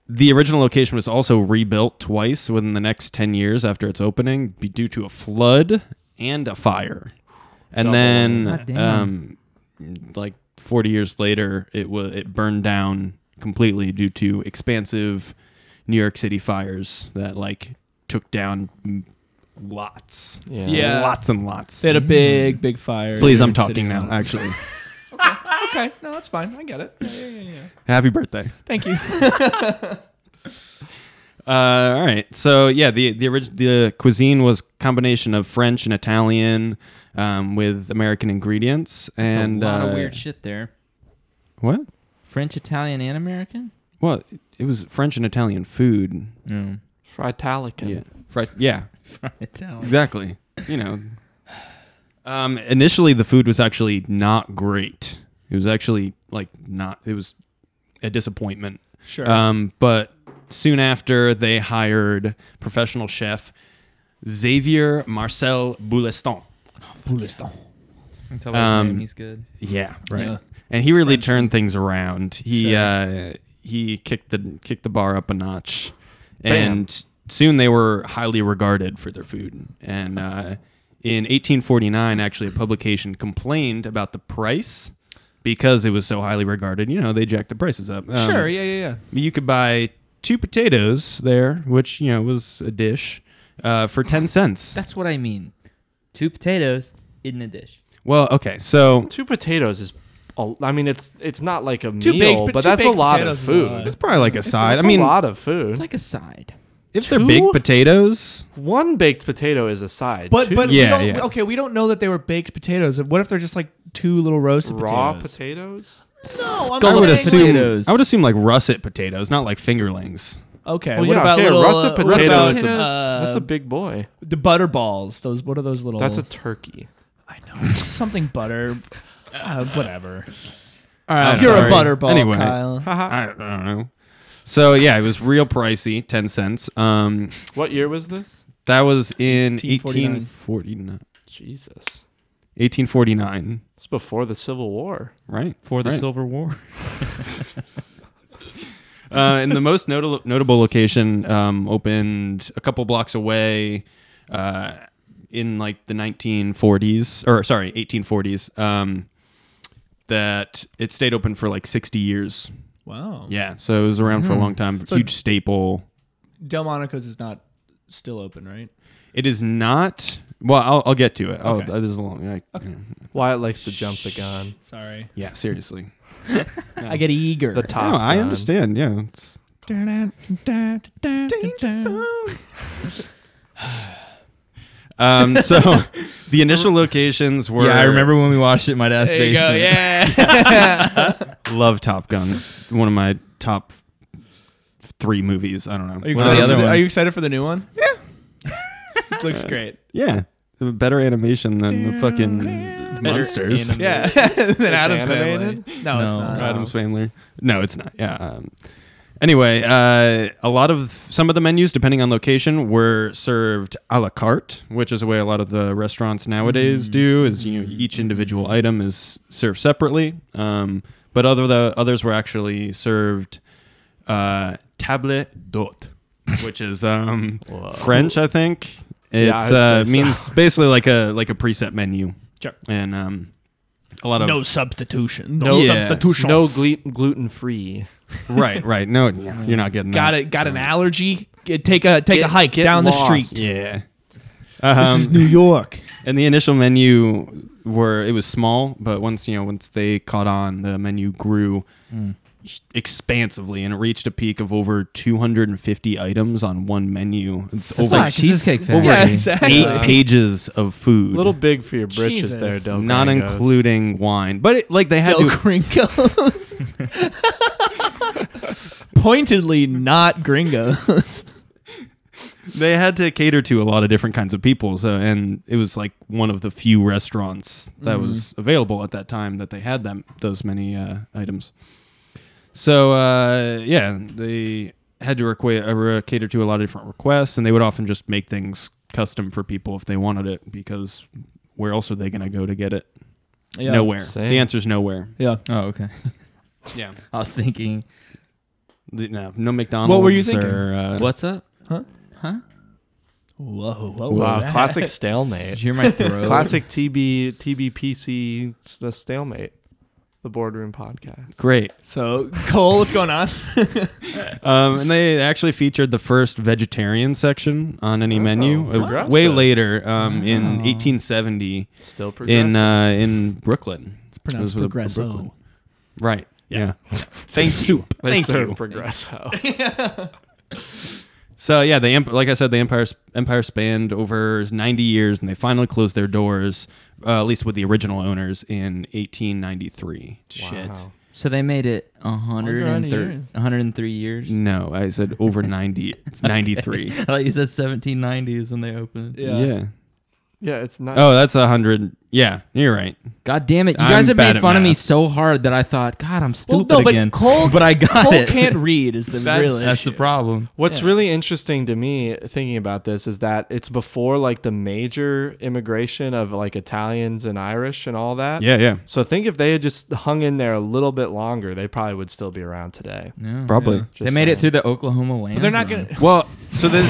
Speaker 4: the original location was also rebuilt twice within the next 10 years after its opening be- due to a flood and a fire. And
Speaker 2: Double.
Speaker 1: God
Speaker 4: then,
Speaker 1: damn.
Speaker 4: um, like 40 years later, it was it burned down completely due to expansive New York City fires that like took down mm, lots,
Speaker 2: Yeah.
Speaker 3: Yeah.
Speaker 4: lots and lots.
Speaker 3: They had a big, big fire.
Speaker 4: Please, I'm
Speaker 3: City
Speaker 4: talking now.
Speaker 3: Hall.
Speaker 4: Actually,
Speaker 3: Okay, no, that's fine. I get it. Yeah, yeah, yeah, yeah.
Speaker 4: happy birthday.
Speaker 3: Thank you.
Speaker 4: Uh, all right. So yeah, the the orig- the cuisine was combination of French and Italian um, with American ingredients
Speaker 1: That's
Speaker 4: and
Speaker 1: a lot
Speaker 4: uh,
Speaker 1: of weird shit there.
Speaker 4: What?
Speaker 1: French, Italian, and American.
Speaker 4: Well, it was French and Italian food.
Speaker 1: Mm.
Speaker 2: Fritalican.
Speaker 4: Yeah. Fri- yeah.
Speaker 1: Italian.
Speaker 4: Exactly. You know. Um, initially, the food was actually not great. It was actually like not. It was a disappointment.
Speaker 3: Sure.
Speaker 4: Um, but soon after, they hired professional chef Xavier Marcel Bouleston.
Speaker 1: I can tell
Speaker 4: by his
Speaker 1: name
Speaker 4: Um, name
Speaker 1: he's good.
Speaker 4: Yeah, right.
Speaker 3: Yeah.
Speaker 4: And he really turned things around. He
Speaker 3: Sure.
Speaker 4: uh, he kicked the kicked the bar up a notch,
Speaker 2: Bam.
Speaker 4: and soon they were highly regarded for their food. And uh, in 1849, actually, a publication complained about the price because it was so highly regarded. You know, they jacked the prices up. Um,
Speaker 3: sure. Yeah, yeah, yeah.
Speaker 4: you could buy two potatoes there, which you know was a dish, uh, for ten cents.
Speaker 1: That's what I mean. Two potatoes in the dish.
Speaker 4: Well, okay, so
Speaker 2: Two potatoes is. a- I mean, it's it's not like a
Speaker 3: Two
Speaker 2: meal,
Speaker 3: baked-
Speaker 2: but
Speaker 3: two
Speaker 2: that's a
Speaker 3: baked
Speaker 2: lot of
Speaker 3: potatoes is a
Speaker 2: food.
Speaker 3: lot.
Speaker 4: it's probably like a side.
Speaker 2: That's
Speaker 4: I mean,
Speaker 2: a lot of food.
Speaker 1: It's like a side.
Speaker 4: if they're
Speaker 2: two?
Speaker 4: big potatoes,
Speaker 2: One baked potato is a side.
Speaker 3: But
Speaker 2: Two
Speaker 3: but we
Speaker 4: Yeah,
Speaker 3: don't,
Speaker 4: yeah.
Speaker 3: okay, we don't know that they were baked potatoes. What if they're just like two little roasted
Speaker 2: raw
Speaker 3: potatoes?
Speaker 2: potatoes.
Speaker 3: No, I'm
Speaker 4: I would
Speaker 3: saying
Speaker 4: assume.
Speaker 3: like-
Speaker 1: potatoes.
Speaker 4: I would assume like russet potatoes, not like fingerlings.
Speaker 3: Okay.
Speaker 2: Well,
Speaker 3: what
Speaker 2: yeah,
Speaker 3: about
Speaker 2: okay,
Speaker 3: little
Speaker 2: russet
Speaker 3: uh,
Speaker 2: potato
Speaker 3: russet
Speaker 2: is a-
Speaker 3: uh,
Speaker 2: that's a big boy.
Speaker 3: the butter balls. Those what are those little?
Speaker 2: That's a turkey.
Speaker 3: I know something butter. Uh, whatever.
Speaker 1: All right,
Speaker 4: I'm
Speaker 3: You're
Speaker 4: sorry.
Speaker 3: a butter ball,
Speaker 4: Anyway.
Speaker 3: Kyle.
Speaker 4: I, I don't know. So yeah, it was real pricey, ten cents. Um,
Speaker 2: What year was this?
Speaker 4: that was in
Speaker 3: 1849.
Speaker 4: 1849.
Speaker 2: Jesus.
Speaker 4: 1849,
Speaker 2: It's before the Civil War.
Speaker 4: right?
Speaker 1: for the
Speaker 4: Right.
Speaker 1: Silver War.
Speaker 4: Uh, and the most notable notable location um, opened a couple blocks away uh, in like the 1940s, or sorry, 1840s. Um, that it stayed open for like 60 years.
Speaker 3: Wow.
Speaker 4: Yeah, so it was around
Speaker 3: Mm-hmm.
Speaker 4: for a long time. Huge staple.
Speaker 3: Delmonico's is not still open, right?
Speaker 4: It is not. Well, I'll, I'll get to it. Oh,
Speaker 3: Okay.
Speaker 4: this is a long. I,
Speaker 2: Wyatt likes to jump the gun.
Speaker 3: Sorry.
Speaker 4: Yeah, seriously.
Speaker 3: I get eager.
Speaker 2: The
Speaker 4: No,
Speaker 2: top.
Speaker 4: I
Speaker 2: gun.
Speaker 4: understand. Yeah, it's um. So the initial locations were.
Speaker 1: yeah, I remember when we watched it, my dad's
Speaker 3: there you
Speaker 1: basement.
Speaker 3: go. Yeah.
Speaker 4: Love Top Gun. One of my top three movies. I don't know.
Speaker 3: Are you,
Speaker 1: What are the
Speaker 3: excited,
Speaker 1: other
Speaker 3: for the- are
Speaker 1: ones?
Speaker 3: you excited for the new one? Yeah. it looks great.
Speaker 4: Yeah, the better animation than the fucking monsters.
Speaker 2: animation.
Speaker 3: Yeah. Than Adam's
Speaker 2: animated?
Speaker 3: Family. No, it's
Speaker 1: No.
Speaker 3: not.
Speaker 1: Right.
Speaker 4: Adam's Family. No, it's not. Yeah. Um, anyway, uh, a lot of some of the menus, depending on location, were served a la carte, which is the way a lot of the restaurants nowadays do. Is you know each individual item is served separately. Um, but other the others were actually served uh, table d'hôte, which is um, French, I think. It's
Speaker 2: Yeah, I'd
Speaker 4: uh,
Speaker 2: say so.
Speaker 4: means basically like a like a preset menu,
Speaker 3: Sure.
Speaker 4: and um, a lot of
Speaker 3: No substitution.
Speaker 4: No Yeah. substitution.
Speaker 2: No gle- gluten free.
Speaker 4: right, right. No, you're not getting
Speaker 3: Got
Speaker 4: that.
Speaker 3: it. Got an allergy. Get- Take a take a
Speaker 2: Get-
Speaker 3: hike
Speaker 2: get
Speaker 3: down the
Speaker 2: lost.
Speaker 3: street.
Speaker 4: Yeah.
Speaker 3: This is
Speaker 4: Um,
Speaker 3: New York.
Speaker 4: and the initial menu were it was small, but once you know once they caught on, the menu grew expansively, and it reached a peak of over 250 items on one menu. It's over
Speaker 1: like Cheesecake Factory.
Speaker 3: Yeah, exactly.
Speaker 4: eight pages of food,
Speaker 2: A little big for your britches
Speaker 3: Jesus.
Speaker 2: there, Del.
Speaker 4: not
Speaker 2: Gringos.
Speaker 4: including wine. But it, like they had
Speaker 3: Del
Speaker 4: to
Speaker 3: Gringos. Pointedly not gringos.
Speaker 4: they had to cater to a lot of different kinds of people. So, and it was like one of the few restaurants that
Speaker 3: Mm-hmm.
Speaker 4: was available at that time that they had them those many uh, items. So, uh, yeah, they had to requ- uh, re- cater to a lot of different requests, and they would often just make things custom for people if they wanted it, because where else are they going to go to get it?
Speaker 3: Yeah.
Speaker 4: nowhere.
Speaker 2: same.
Speaker 4: The answer is nowhere.
Speaker 3: Yeah.
Speaker 1: Oh, okay.
Speaker 4: Yeah,
Speaker 1: I was thinking,
Speaker 4: no, no McDonald's.
Speaker 3: What were you thinking?
Speaker 4: Or, uh,
Speaker 1: what's up?
Speaker 3: Whoa. What was
Speaker 2: Wow,
Speaker 3: that?
Speaker 2: classic
Speaker 1: Did
Speaker 2: stalemate.
Speaker 1: you hear my throat?
Speaker 2: classic TB TBPC. It's the stalemate. The boardroom podcast.
Speaker 4: Great.
Speaker 3: So Cole, what's going on?
Speaker 4: Um, and they actually featured the first vegetarian section on any menu uh,
Speaker 2: progressive.
Speaker 4: way later um, in 1870
Speaker 2: Still progressing.
Speaker 4: in uh, in Brooklyn. It's
Speaker 3: pronounced progresso.
Speaker 4: Right. Yeah.
Speaker 2: Thank
Speaker 4: soup.
Speaker 2: They
Speaker 4: Thank
Speaker 2: serve
Speaker 4: you.
Speaker 2: Progresso.
Speaker 4: So yeah, the emp- like I said, the empire empire spanned over 90 years, and they finally closed their doors, uh, at least with the original owners, in 1893.
Speaker 3: Shit.
Speaker 2: Wow.
Speaker 1: So they made it 103,
Speaker 3: years. Mm.
Speaker 1: 103 years.
Speaker 4: No, I said over 90. It's 93.
Speaker 1: I thought you said 1790 is when they opened.
Speaker 3: Yeah.
Speaker 4: yeah.
Speaker 2: Yeah, it's not.
Speaker 4: Oh, that's 100. Yeah, you're right.
Speaker 1: God damn it! You
Speaker 4: I'm
Speaker 1: guys have
Speaker 4: bad
Speaker 1: made
Speaker 4: at
Speaker 1: fun of me
Speaker 4: math.
Speaker 1: so hard that I thought, God, I'm
Speaker 3: Well,
Speaker 1: stupid
Speaker 3: no, but
Speaker 1: again.
Speaker 3: Cole,
Speaker 1: but I got
Speaker 3: Cole
Speaker 1: it.
Speaker 3: can't read is the
Speaker 4: That's-
Speaker 3: real
Speaker 1: That's
Speaker 3: issue.
Speaker 1: the problem.
Speaker 2: What's
Speaker 3: Yeah.
Speaker 2: really interesting to me thinking about this is that it's before like the major immigration of like Italians and Irish and all that.
Speaker 4: Yeah, yeah.
Speaker 2: So think if they had just hung in there a little bit longer, they probably would still be around today.
Speaker 1: No.
Speaker 4: Probably.
Speaker 1: They
Speaker 2: Just
Speaker 1: made
Speaker 2: saying.
Speaker 1: it through the Oklahoma land.
Speaker 3: But they're not
Speaker 1: run.
Speaker 3: gonna.
Speaker 4: Well, so this.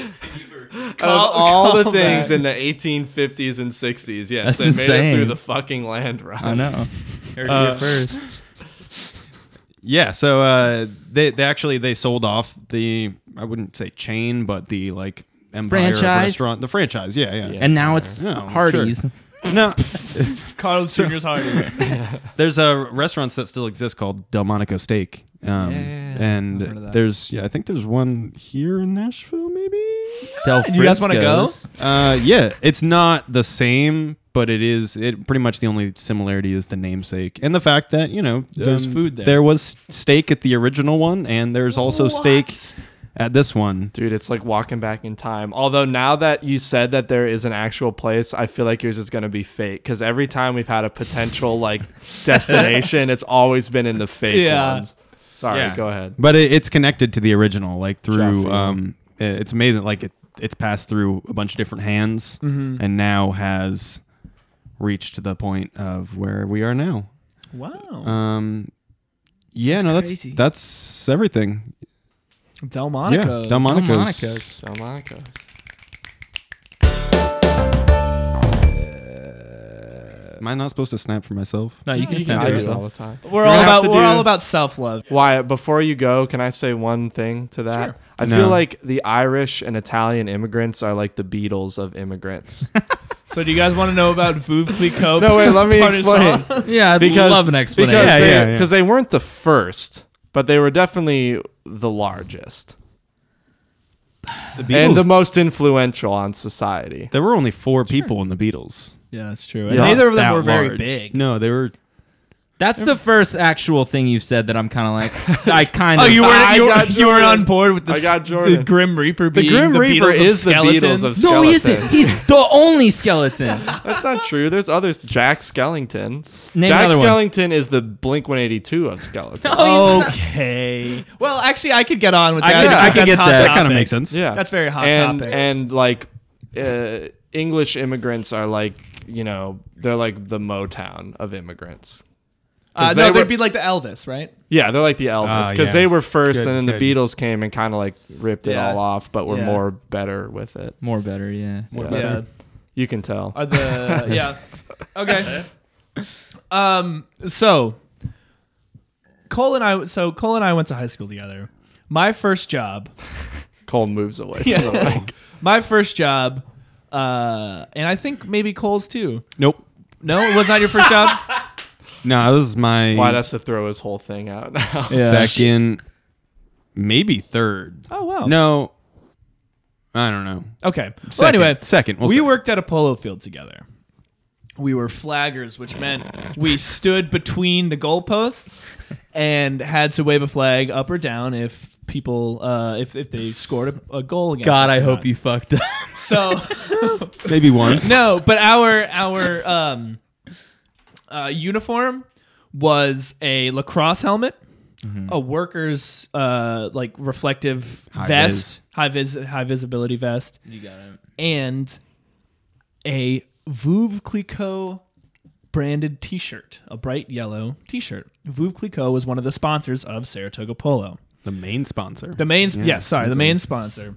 Speaker 2: of all the
Speaker 3: call
Speaker 2: things
Speaker 3: back.
Speaker 2: in the 1850s and 60s, yes,
Speaker 1: That's
Speaker 2: they made it through
Speaker 1: insane.
Speaker 2: the fucking land run.
Speaker 1: I know. Heard it
Speaker 4: Uh,
Speaker 1: first.
Speaker 4: Yeah, so uh, they they actually they sold off the I wouldn't say chain, but the like empire of
Speaker 1: Franchise?
Speaker 4: restaurant, the franchise. Yeah, yeah.
Speaker 2: Yeah.
Speaker 1: And now it's
Speaker 4: No, sure.
Speaker 1: Hardee's.
Speaker 4: No,
Speaker 3: Carlos Jr.'s hard.
Speaker 4: there's uh, restaurants that still exist called Delmonico Steak, um, and
Speaker 3: heard of that.
Speaker 4: there's yeah, I think there's one here in Nashville, maybe.
Speaker 1: Del
Speaker 3: You guys wanna go?
Speaker 1: Frisco's.
Speaker 4: Uh, yeah, it's not the same, but it is. It pretty much the only similarity is the namesake and the fact that you know
Speaker 3: There's food there.
Speaker 4: There was steak at the original one, and there's also steak at this one.
Speaker 2: Dude, it's like walking back in time. Although now that you said that there is an actual place, I feel like yours is going to be fake because every time we've had a potential like destination, it's always been in the fake
Speaker 3: Yeah.
Speaker 2: ones. Sorry, go ahead.
Speaker 4: But it, it's connected to the original, like through.
Speaker 2: Jaffe.
Speaker 4: Um, i- it's amazing. Like it, it's passed through a bunch of different hands,
Speaker 3: Mm-hmm.
Speaker 4: and now has reached to the point of where we are now.
Speaker 3: Wow.
Speaker 4: Um, Yeah,
Speaker 3: That's
Speaker 4: no,
Speaker 3: crazy.
Speaker 4: that's that's everything.
Speaker 3: Delmonico.
Speaker 4: Yeah, Delmonico's.
Speaker 1: Delmonico's.
Speaker 2: Delmonico's.
Speaker 4: Am I not supposed to snap for myself?
Speaker 1: No, you can
Speaker 2: You
Speaker 1: snap
Speaker 2: can
Speaker 1: for
Speaker 2: do it all
Speaker 1: yourself.
Speaker 2: the time.
Speaker 3: We're
Speaker 2: We
Speaker 3: all
Speaker 2: have
Speaker 3: about
Speaker 2: to
Speaker 3: we're
Speaker 2: do-
Speaker 3: all about self love.
Speaker 2: Wyatt, before you go, can I say one thing to that?
Speaker 3: Sure.
Speaker 2: I
Speaker 4: No.
Speaker 2: feel like the Irish and Italian immigrants are like the Beatles of immigrants.
Speaker 3: So do you guys want to know about Veuve Clicquot?
Speaker 2: no, wait, let me
Speaker 3: Part of the
Speaker 2: explain.
Speaker 3: song?
Speaker 1: Yeah, I'd
Speaker 2: Because
Speaker 1: love an explanation.
Speaker 2: Because
Speaker 4: Yeah,
Speaker 2: they,
Speaker 4: yeah, yeah.
Speaker 2: 'cause they weren't the first, but they were definitely the largest
Speaker 4: The
Speaker 2: and the
Speaker 4: Beatles.
Speaker 2: most influential on society.
Speaker 4: there were only four people in the Beatles.
Speaker 3: Yeah, that's true. And
Speaker 4: Not
Speaker 3: neither of them
Speaker 4: that
Speaker 3: were very
Speaker 4: large.
Speaker 3: big.
Speaker 4: No, they were.
Speaker 1: That's the first actual thing you've said that I'm kind of like, I kind
Speaker 3: Oh,
Speaker 1: of.
Speaker 3: you
Speaker 2: I
Speaker 3: weren't you,
Speaker 2: got
Speaker 3: weren't- you weren't
Speaker 2: Jordan.
Speaker 3: on board with the,
Speaker 2: I
Speaker 3: s-
Speaker 2: got
Speaker 3: the
Speaker 2: Jordan.
Speaker 3: Grim Reaper
Speaker 2: The
Speaker 3: being
Speaker 2: Grim Reaper
Speaker 3: Beatles of
Speaker 2: is the Beatles
Speaker 3: skeletons?
Speaker 2: of-
Speaker 1: No, he isn't.
Speaker 2: skeleton.
Speaker 1: He's the only skeleton.
Speaker 2: That's not true. There's others. Jack Skellington.
Speaker 1: name
Speaker 2: Jack
Speaker 1: another one.
Speaker 2: Skellington is the Blink 182 of skeletons.
Speaker 3: Okay. Oh, Well, actually, I could get on with
Speaker 1: I
Speaker 3: that.
Speaker 1: could-
Speaker 3: because
Speaker 1: I could
Speaker 3: that's
Speaker 1: get
Speaker 3: hot
Speaker 1: that.
Speaker 4: That kind of
Speaker 3: topic.
Speaker 4: makes sense.
Speaker 2: Yeah,
Speaker 3: That's very hot
Speaker 2: and,
Speaker 3: topic.
Speaker 2: And like uh, English immigrants are like you know they're like the Motown of immigrants.
Speaker 3: Uh,
Speaker 2: 'Cause they
Speaker 3: no, they would
Speaker 2: were-
Speaker 3: be like the Elvis, right?
Speaker 2: Yeah, they're like the Elvis
Speaker 4: Ah,
Speaker 2: because
Speaker 4: yeah.
Speaker 2: they were first,
Speaker 4: Good,
Speaker 2: and then the
Speaker 4: good.
Speaker 2: Beatles came and kind of like ripped it
Speaker 3: Yeah.
Speaker 2: all off, but were
Speaker 3: Yeah.
Speaker 2: more better with it.
Speaker 1: More better, yeah.
Speaker 2: Yeah.
Speaker 3: Yeah.
Speaker 2: You can tell.
Speaker 3: Are the yeah. Okay. Um. So Cole and I. So Cole and I went to high school together. My first job.
Speaker 2: Cole moves away.
Speaker 3: Yeah.
Speaker 2: from the mic.
Speaker 3: My first job. Uh. And I think maybe Cole's too.
Speaker 4: Nope.
Speaker 3: No, it was not your first job.
Speaker 4: No, this is my
Speaker 2: Wyatt has to throw his whole thing out now.
Speaker 4: second, maybe third.
Speaker 3: Oh wow.
Speaker 4: No, I don't know.
Speaker 3: Okay. So
Speaker 4: Second.
Speaker 3: anyway,
Speaker 4: second, we'll
Speaker 3: we
Speaker 4: say.
Speaker 3: worked at a polo field together. We were flaggers, which meant we stood between the goalposts and had to wave a flag up or down if people uh, if if they scored a, a goal. Against
Speaker 1: God,
Speaker 3: us
Speaker 1: I
Speaker 3: or
Speaker 1: hope
Speaker 3: not.
Speaker 1: you fucked up.
Speaker 3: So
Speaker 4: maybe once.
Speaker 3: no, but our our um, uh, uniform was a lacrosse helmet, a worker's uh, like reflective
Speaker 4: Mm-hmm. High
Speaker 3: vest,
Speaker 4: vis.
Speaker 3: high vis high visibility vest,
Speaker 1: You got it.
Speaker 3: and a Veuve Clicquot branded T-shirt, a bright yellow T-shirt. Veuve Clicquot was one of the sponsors of Saratoga Polo.
Speaker 4: The main sponsor.
Speaker 3: The main, yes,
Speaker 4: Yeah,
Speaker 3: sorry, the
Speaker 4: that's
Speaker 3: main sponsor.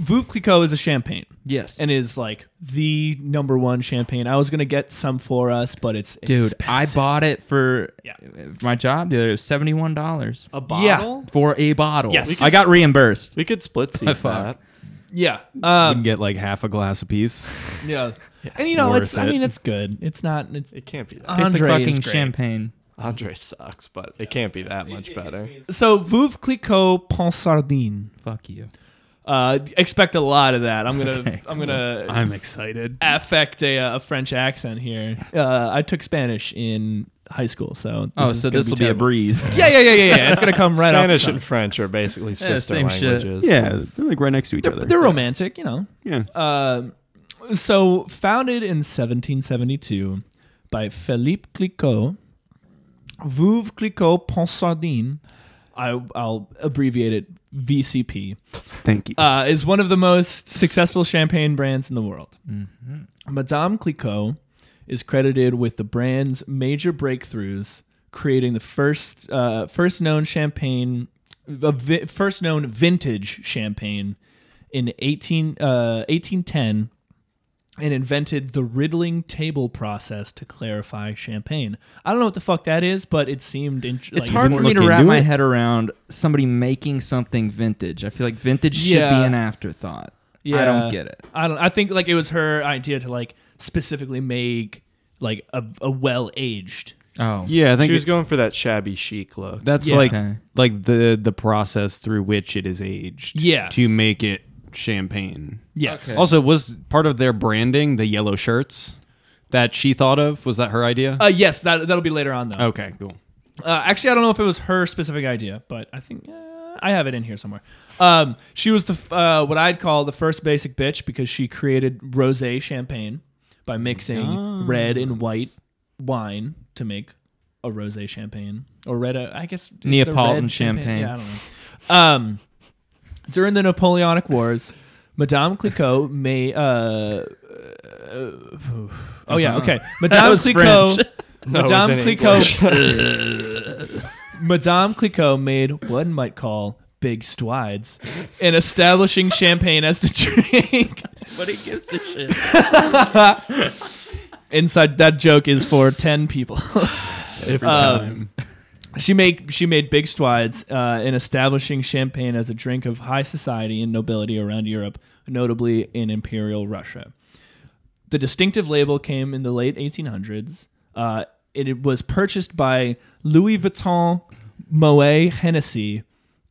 Speaker 3: Veuve Clicquot is a champagne,
Speaker 1: Yes.
Speaker 3: and it is like the number one champagne. I was gonna get some for us, but it's
Speaker 1: Dude, I
Speaker 3: expensive.
Speaker 1: bought it for
Speaker 3: Yeah.
Speaker 1: uh, my job the other day. Seventy one dollars
Speaker 2: A
Speaker 3: Yeah.
Speaker 2: bottle.
Speaker 1: for a bottle.
Speaker 3: Yes. We
Speaker 1: I got reimbursed.
Speaker 2: We could split
Speaker 1: I
Speaker 2: seize
Speaker 1: thought-
Speaker 2: that.
Speaker 3: yeah,
Speaker 4: You can
Speaker 3: um,
Speaker 4: get like half a glass a piece.
Speaker 3: yeah, and you know,
Speaker 4: Worth
Speaker 3: it's I
Speaker 4: it.
Speaker 3: mean, it's good. It's not. It's
Speaker 2: It can't be that.
Speaker 1: Tastes
Speaker 3: Andre
Speaker 1: like
Speaker 3: is
Speaker 1: fucking
Speaker 3: great.
Speaker 1: champagne.
Speaker 2: Andre sucks, but it can't be that much better.
Speaker 3: so Veuve Clicquot Ponsardine.
Speaker 1: Fuck you.
Speaker 3: Uh, expect a lot of that. I'm gonna
Speaker 1: Okay,
Speaker 3: I'm gonna
Speaker 4: I'm excited.
Speaker 3: affect a, uh, a French accent here. Uh, I took Spanish in high school, so this
Speaker 1: Oh,
Speaker 3: is
Speaker 1: so
Speaker 3: gonna
Speaker 1: this will be a
Speaker 3: terrible.
Speaker 1: breeze.
Speaker 3: Yeah, yeah, yeah, yeah, yeah. It's gonna come right
Speaker 2: Spanish
Speaker 3: off.
Speaker 2: and French are basically sister
Speaker 1: same shit.
Speaker 2: languages.
Speaker 4: Yeah, they're like right next to each
Speaker 3: The
Speaker 4: other.
Speaker 3: they're, they're romantic, you know.
Speaker 4: Yeah.
Speaker 3: Um, so founded in 1772 by Philippe Clicquot, Veuve Clicquot Ponsardine. I, I'll abbreviate it VCP.
Speaker 4: Thank you.
Speaker 3: uh, is one of the most successful champagne brands in the world.
Speaker 1: Mm-hmm.
Speaker 3: Madame Clicquot is credited with the brand's major breakthroughs, creating the first uh, first known champagne, a vi- first known vintage champagne in 18, uh, 1810 and invented the riddling table process to clarify champagne. I don't know what the fuck that is, but it seemed int-
Speaker 1: It's
Speaker 3: like-
Speaker 1: hard
Speaker 4: didn't
Speaker 1: for me
Speaker 4: look
Speaker 1: to wrap
Speaker 4: into
Speaker 1: my
Speaker 4: it?
Speaker 1: head around somebody making something vintage. I feel like vintage should
Speaker 3: Yeah.
Speaker 1: be an afterthought. I don't get it.
Speaker 3: I don't. I think like it was her idea to like specifically make like a, a well aged.
Speaker 1: Oh.
Speaker 4: yeah, I think
Speaker 2: She was
Speaker 4: it-
Speaker 2: going for that shabby chic look.
Speaker 4: that's
Speaker 3: Yeah.
Speaker 4: like
Speaker 1: Okay.
Speaker 4: like the the process through which it is aged.
Speaker 3: Yes.
Speaker 4: To make it champagne.
Speaker 3: Yes.
Speaker 1: Okay.
Speaker 4: Also, was part of their branding the yellow shirts that she thought of? Was that her idea?
Speaker 3: Uh, yes. That that'll be later on though.
Speaker 4: okay, cool.
Speaker 3: Uh, actually, I don't know if it was her specific idea, but I think uh, I have it in here somewhere. Um, she was the f- uh, what I'd call the first basic bitch because she created rosé champagne by mixing red and white wine to make a rosé champagne or red. uh, I guess it's a
Speaker 1: Neapolitan
Speaker 3: red
Speaker 1: champagne.
Speaker 3: Yeah, I don't know. Um, during the Napoleonic Wars, Madame Clicquot may. Uh, uh, oh yeah,
Speaker 1: Uh-huh.
Speaker 3: okay. Madame
Speaker 1: was
Speaker 3: Clicquot.
Speaker 1: French.
Speaker 2: No, it was
Speaker 3: Madame
Speaker 2: in
Speaker 3: Clicquot
Speaker 2: English.
Speaker 3: Madame Clicquot made what one might call big strides in establishing champagne as the drink.
Speaker 1: But he gives a shit.
Speaker 3: Inside that joke is for ten people. Um,
Speaker 4: Every time.
Speaker 3: She made she made big strides uh, in establishing champagne as a drink of high society and nobility around Europe, notably in Imperial Russia. The distinctive label came in the late 1800s. Uh, it, it was purchased by Louis Vuitton Moet Hennessy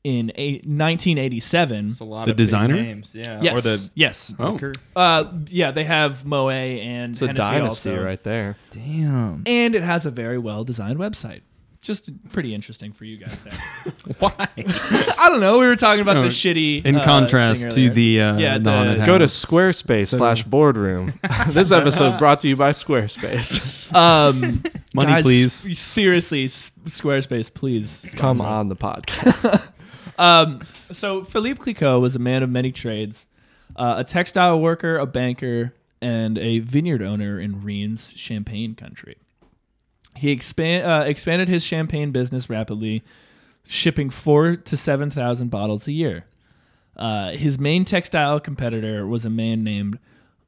Speaker 3: in a, 1987.
Speaker 1: It's a lot
Speaker 4: The
Speaker 1: of big
Speaker 4: designer?
Speaker 1: names, yeah.
Speaker 3: yes,
Speaker 2: or the-
Speaker 3: yes.
Speaker 4: Oh,
Speaker 3: Uh, yeah, they have Moet and
Speaker 2: It's a
Speaker 3: Hennessy
Speaker 2: dynasty
Speaker 3: also.
Speaker 2: right there.
Speaker 1: Damn.
Speaker 3: And it has a very well designed website. Just pretty interesting for you guys there.
Speaker 1: Why?
Speaker 3: I don't know. We were talking about
Speaker 4: No,
Speaker 3: the shitty.
Speaker 4: in
Speaker 3: uh,
Speaker 4: contrast
Speaker 3: thing
Speaker 4: to
Speaker 3: earlier.
Speaker 4: the uh,
Speaker 3: Yeah,
Speaker 4: the
Speaker 3: the-
Speaker 4: haunted
Speaker 2: Go to
Speaker 4: house.
Speaker 2: Squarespace slash boardroom. this episode brought to you by Squarespace.
Speaker 3: um,
Speaker 4: money,
Speaker 3: guys,
Speaker 4: please.
Speaker 3: s- Seriously, S- Squarespace, please.
Speaker 2: Come on the podcast.
Speaker 3: Um, so Philippe Clicquot was a man of many trades, uh, a textile worker, a banker, and a vineyard owner in Rheims, Champagne country. He expand, uh, expanded his champagne business rapidly, shipping four to seven thousand bottles a year. Uh, his main textile competitor was a man named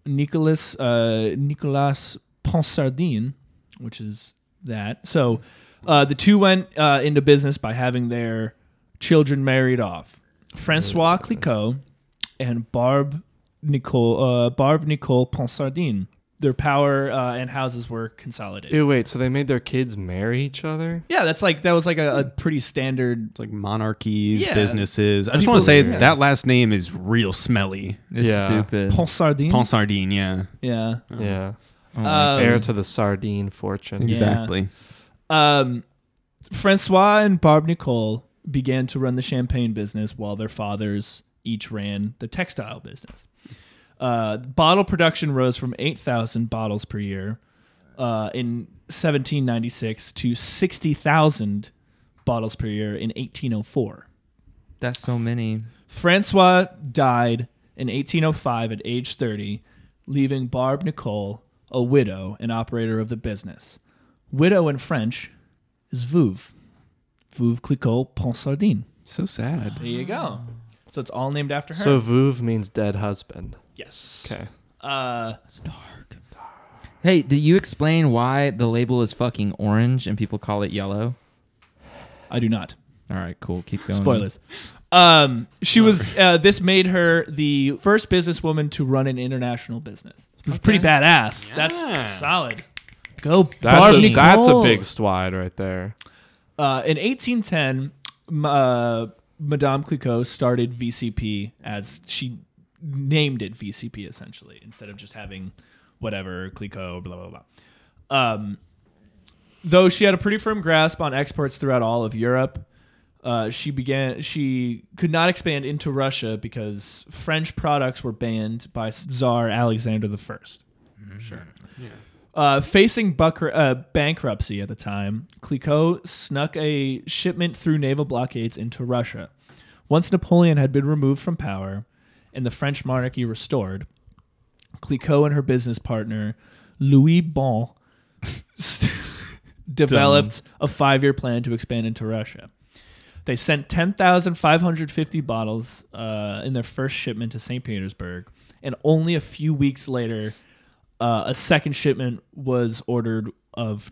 Speaker 3: Nicolas uh, Nicolas Ponsardin, which is that. So uh, the two went uh, into business by having their children married off. Francois Clicquot and Barb Nicole uh, Barb Nicole Ponsardin. Their power uh, and houses were consolidated.
Speaker 2: Ew, wait, so they made their kids marry each other?
Speaker 3: Yeah, that's like that was like a, a pretty standard.
Speaker 4: It's like monarchies,
Speaker 3: Yeah.
Speaker 4: businesses. I just want to say
Speaker 2: weird.
Speaker 4: that last name is real smelly.
Speaker 1: It's
Speaker 2: Yeah.
Speaker 1: stupid.
Speaker 3: Ponsardin.
Speaker 4: Ponsardine, yeah.
Speaker 3: yeah.
Speaker 2: Yeah.
Speaker 1: Oh my
Speaker 3: Um,
Speaker 2: Heir to the sardine fortune.
Speaker 3: Yeah.
Speaker 4: Exactly.
Speaker 3: Um, Francois and Barb Nicole began to run the champagne business while their fathers each ran the textile business. Uh, bottle production rose from 8,000 bottles per year uh, in 1796 to 60,000 bottles per year in 1804.
Speaker 1: That's so many.
Speaker 3: Francois died in 1805 at age 30, leaving Barb Nicole, a widow and operator of the business. Widow in French is veuve. Veuve Clicquot Ponsardine.
Speaker 4: So sad.
Speaker 3: There you go. So it's all named after her.
Speaker 2: So veuve means dead husband.
Speaker 3: yes.
Speaker 2: Okay.
Speaker 3: Uh,
Speaker 1: Hey, did you explain why the label is fucking orange and people call it yellow?
Speaker 3: I do not.
Speaker 1: All right, cool. Keep going.
Speaker 3: Spoilers. Um, she was. Uh, this made her the first businesswoman to run an international business. It was pretty badass.
Speaker 4: Yeah.
Speaker 3: That's solid. Go
Speaker 2: That's
Speaker 3: Barb
Speaker 2: a,
Speaker 3: Nicole.
Speaker 2: that's a big slide right there.
Speaker 3: Uh, in 1810, m- uh, Madame Clicquot started VCP as she named it VCP essentially instead of just having whatever Clicquot blah blah blah. Um, though she had a pretty firm grasp on exports throughout all of Europe, uh, she began she could not expand into Russia because French products were banned by Tsar Alexander the First. Uh, facing buck- uh, bankruptcy at the time, Clicquot snuck a shipment through naval blockades into Russia. Once Napoleon had been removed from power and the French monarchy restored, Clicquot and her business partner, Louis Bon, st- developed a five year plan to expand into Russia. They sent 10,550 bottles uh, in their first shipment to St. Petersburg, and only a few weeks later, uh, a second shipment was ordered of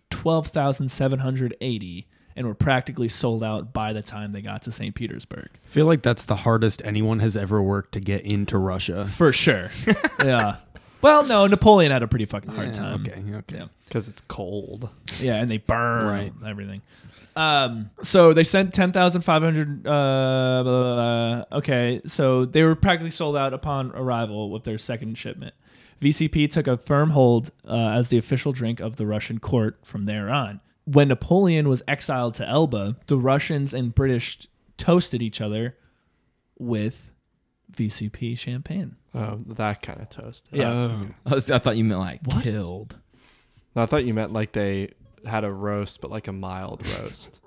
Speaker 3: 12,780 and were practically sold out by the time they got to St. Petersburg.
Speaker 4: I feel like that's the hardest anyone has ever worked to get into Russia.
Speaker 3: For sure. yeah. Well, no, Napoleon had a pretty fucking hard
Speaker 4: Yeah,
Speaker 3: time.
Speaker 4: Okay, okay.
Speaker 3: Yeah.
Speaker 2: Because it's cold.
Speaker 3: Yeah, and they burn
Speaker 4: Right.
Speaker 3: everything. Um, so they sent 10,500. Uh, blah, blah, blah, blah. okay, so they were practically sold out upon arrival with their second shipment. VCP took a firm hold uh, as the official drink of the Russian court from there on. When Napoleon was exiled to Elba, the Russians and British toasted each other with VCP champagne.
Speaker 2: Oh, that kind of toast.
Speaker 4: Oh.
Speaker 1: I, was- I thought you meant like killed.
Speaker 2: No, I thought you meant like they had a roast, but like a mild roast.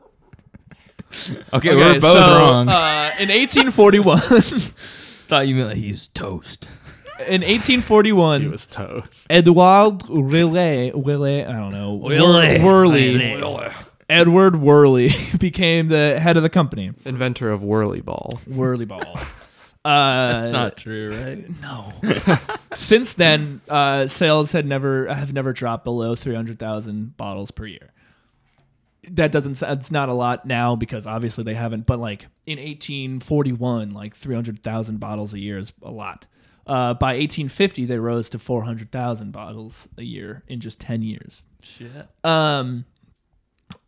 Speaker 1: Okay,
Speaker 3: Okay,
Speaker 1: we're both
Speaker 3: so,
Speaker 1: wrong.
Speaker 3: Uh, in 1841,
Speaker 1: thought you meant like he's toast.
Speaker 3: in 1841,
Speaker 2: it was toast.
Speaker 3: Edouard Rillet, Rillet, I don't know,
Speaker 1: Rillet.
Speaker 3: Whirly,
Speaker 1: Rillet.
Speaker 3: Edward Worley became the head of the company.
Speaker 2: Inventor of whirly ball.
Speaker 3: Whirly ball. Uh,
Speaker 1: That's not true, right?
Speaker 3: No. Since then, uh, sales had never have never dropped below three hundred thousand bottles per year. That doesn't. sou- It's not a lot now because obviously they haven't. But like in eighteen forty one, like three hundred thousand bottles a year is a lot. Uh, by eighteen fifty, they rose to four hundred thousand bottles a year in just ten years.
Speaker 1: Shit.
Speaker 3: Um,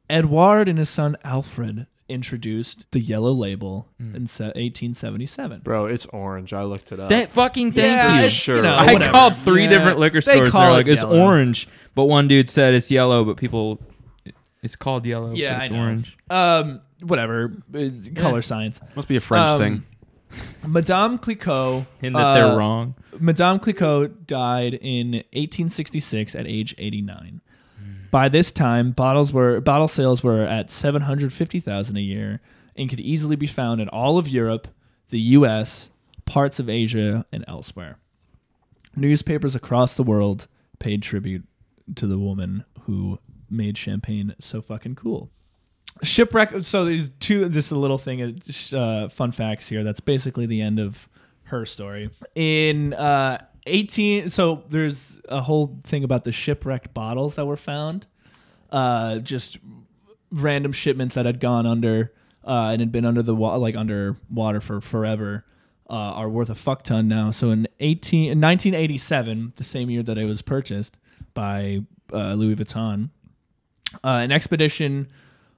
Speaker 3: Edward and his son Alfred introduced the yellow label in se- 1877.
Speaker 2: Bro, it's orange. I looked it up.
Speaker 1: That fucking thank
Speaker 3: Yeah,
Speaker 1: you.
Speaker 3: it's,
Speaker 2: Sure.
Speaker 3: you know,
Speaker 1: I
Speaker 3: whatever.
Speaker 1: called three
Speaker 3: Yeah.
Speaker 1: different liquor
Speaker 3: They
Speaker 1: stores. and
Speaker 3: call
Speaker 1: They're
Speaker 3: it
Speaker 1: like, it's
Speaker 3: yellow.
Speaker 1: orange, but one dude said it's yellow, but people, it's called yellow.
Speaker 3: Yeah,
Speaker 1: but
Speaker 3: I
Speaker 1: it's
Speaker 3: know.
Speaker 1: orange.
Speaker 3: Um, whatever. uh, Color science.
Speaker 4: Must be a French
Speaker 3: Um,
Speaker 4: thing.
Speaker 3: Madame Clicquot.
Speaker 1: And that they're
Speaker 3: uh,
Speaker 1: wrong.
Speaker 3: Madame Clicquot died in 1866 at age 89. By this time, bottles were bottle sales were at 750,000 a year and could easily be found in all of Europe, the US, parts of Asia, and elsewhere. Newspapers across the world paid tribute to the woman who made champagne so fucking cool. Shipwreck. So there's two. Just a little thing. Uh, fun facts here. That's basically the end of her story. In uh, 18. So there's a whole thing about the shipwrecked bottles that were found. Uh, just random shipments that had gone under uh, and had been under the wa- like under water for forever uh, are worth a fuck ton now. So in 18, in 1987, the same year that it was purchased by uh, Louis Vuitton, uh, an expedition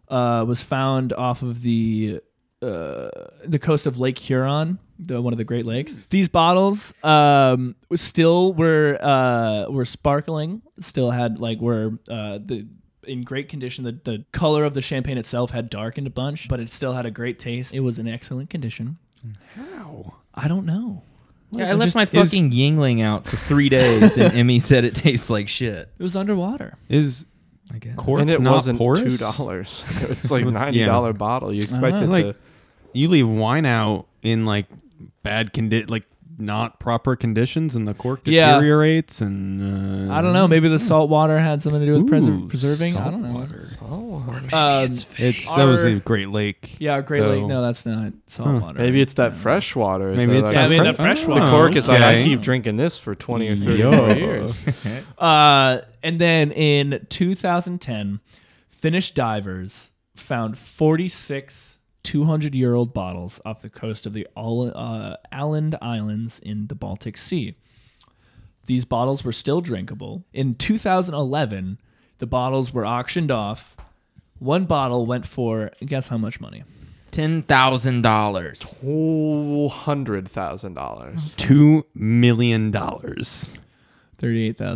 Speaker 3: uh, was found off of the uh, the coast of Lake Huron, the, one of the Great Lakes.
Speaker 4: Mm.
Speaker 3: These bottles um, was still were uh, were sparkling, still had like were uh, the in great condition. The, the color of the champagne itself had darkened a bunch, but it still had a great taste. It was in excellent condition. How? I don't know.
Speaker 1: Yeah, I
Speaker 3: it
Speaker 1: left
Speaker 3: just
Speaker 1: my
Speaker 3: is-
Speaker 1: fucking Yingling out for three days, and Emmy said it tastes like shit.
Speaker 3: It was underwater.
Speaker 4: Is
Speaker 1: I guess.
Speaker 4: cork
Speaker 2: and it
Speaker 4: not
Speaker 2: wasn't
Speaker 4: porous?
Speaker 2: two dollars. It's like ninety dollar bottle. You expect
Speaker 3: know.
Speaker 2: it
Speaker 4: Like-
Speaker 2: to
Speaker 4: You leave wine out in like bad condi like not proper conditions, and the cork
Speaker 3: Yeah.
Speaker 4: deteriorates. And uh,
Speaker 3: I don't know. Maybe the salt water had something to do with preser-
Speaker 4: Ooh,
Speaker 3: preserving. I
Speaker 4: salt
Speaker 3: don't know.
Speaker 4: water.
Speaker 3: Um,
Speaker 4: It's that was
Speaker 3: Our-
Speaker 4: a Great Lake.
Speaker 3: yeah, our Great
Speaker 4: So-
Speaker 3: Lake. No, that's not salt water.
Speaker 2: Maybe it's that fresh water.
Speaker 4: Maybe
Speaker 2: that
Speaker 4: it's
Speaker 2: I-
Speaker 3: Yeah, I
Speaker 4: that
Speaker 3: mean,
Speaker 4: Fre-
Speaker 3: that fresh
Speaker 4: Oh,
Speaker 3: water.
Speaker 2: the cork is like I
Speaker 4: okay.
Speaker 2: keep drinking this for twenty or thirty
Speaker 4: Yo.
Speaker 2: more years.
Speaker 3: Uh, and then in 2010, Finnish divers found 46 200 year old bottles off the coast of the Al- uh, Åland Islands in the Baltic Sea. These bottles were still drinkable. In 2011, the bottles were auctioned off. One bottle went for, guess how much money?
Speaker 1: Ten thousand dollars.
Speaker 2: Whole hundred thousand dollars.
Speaker 4: Two million dollars.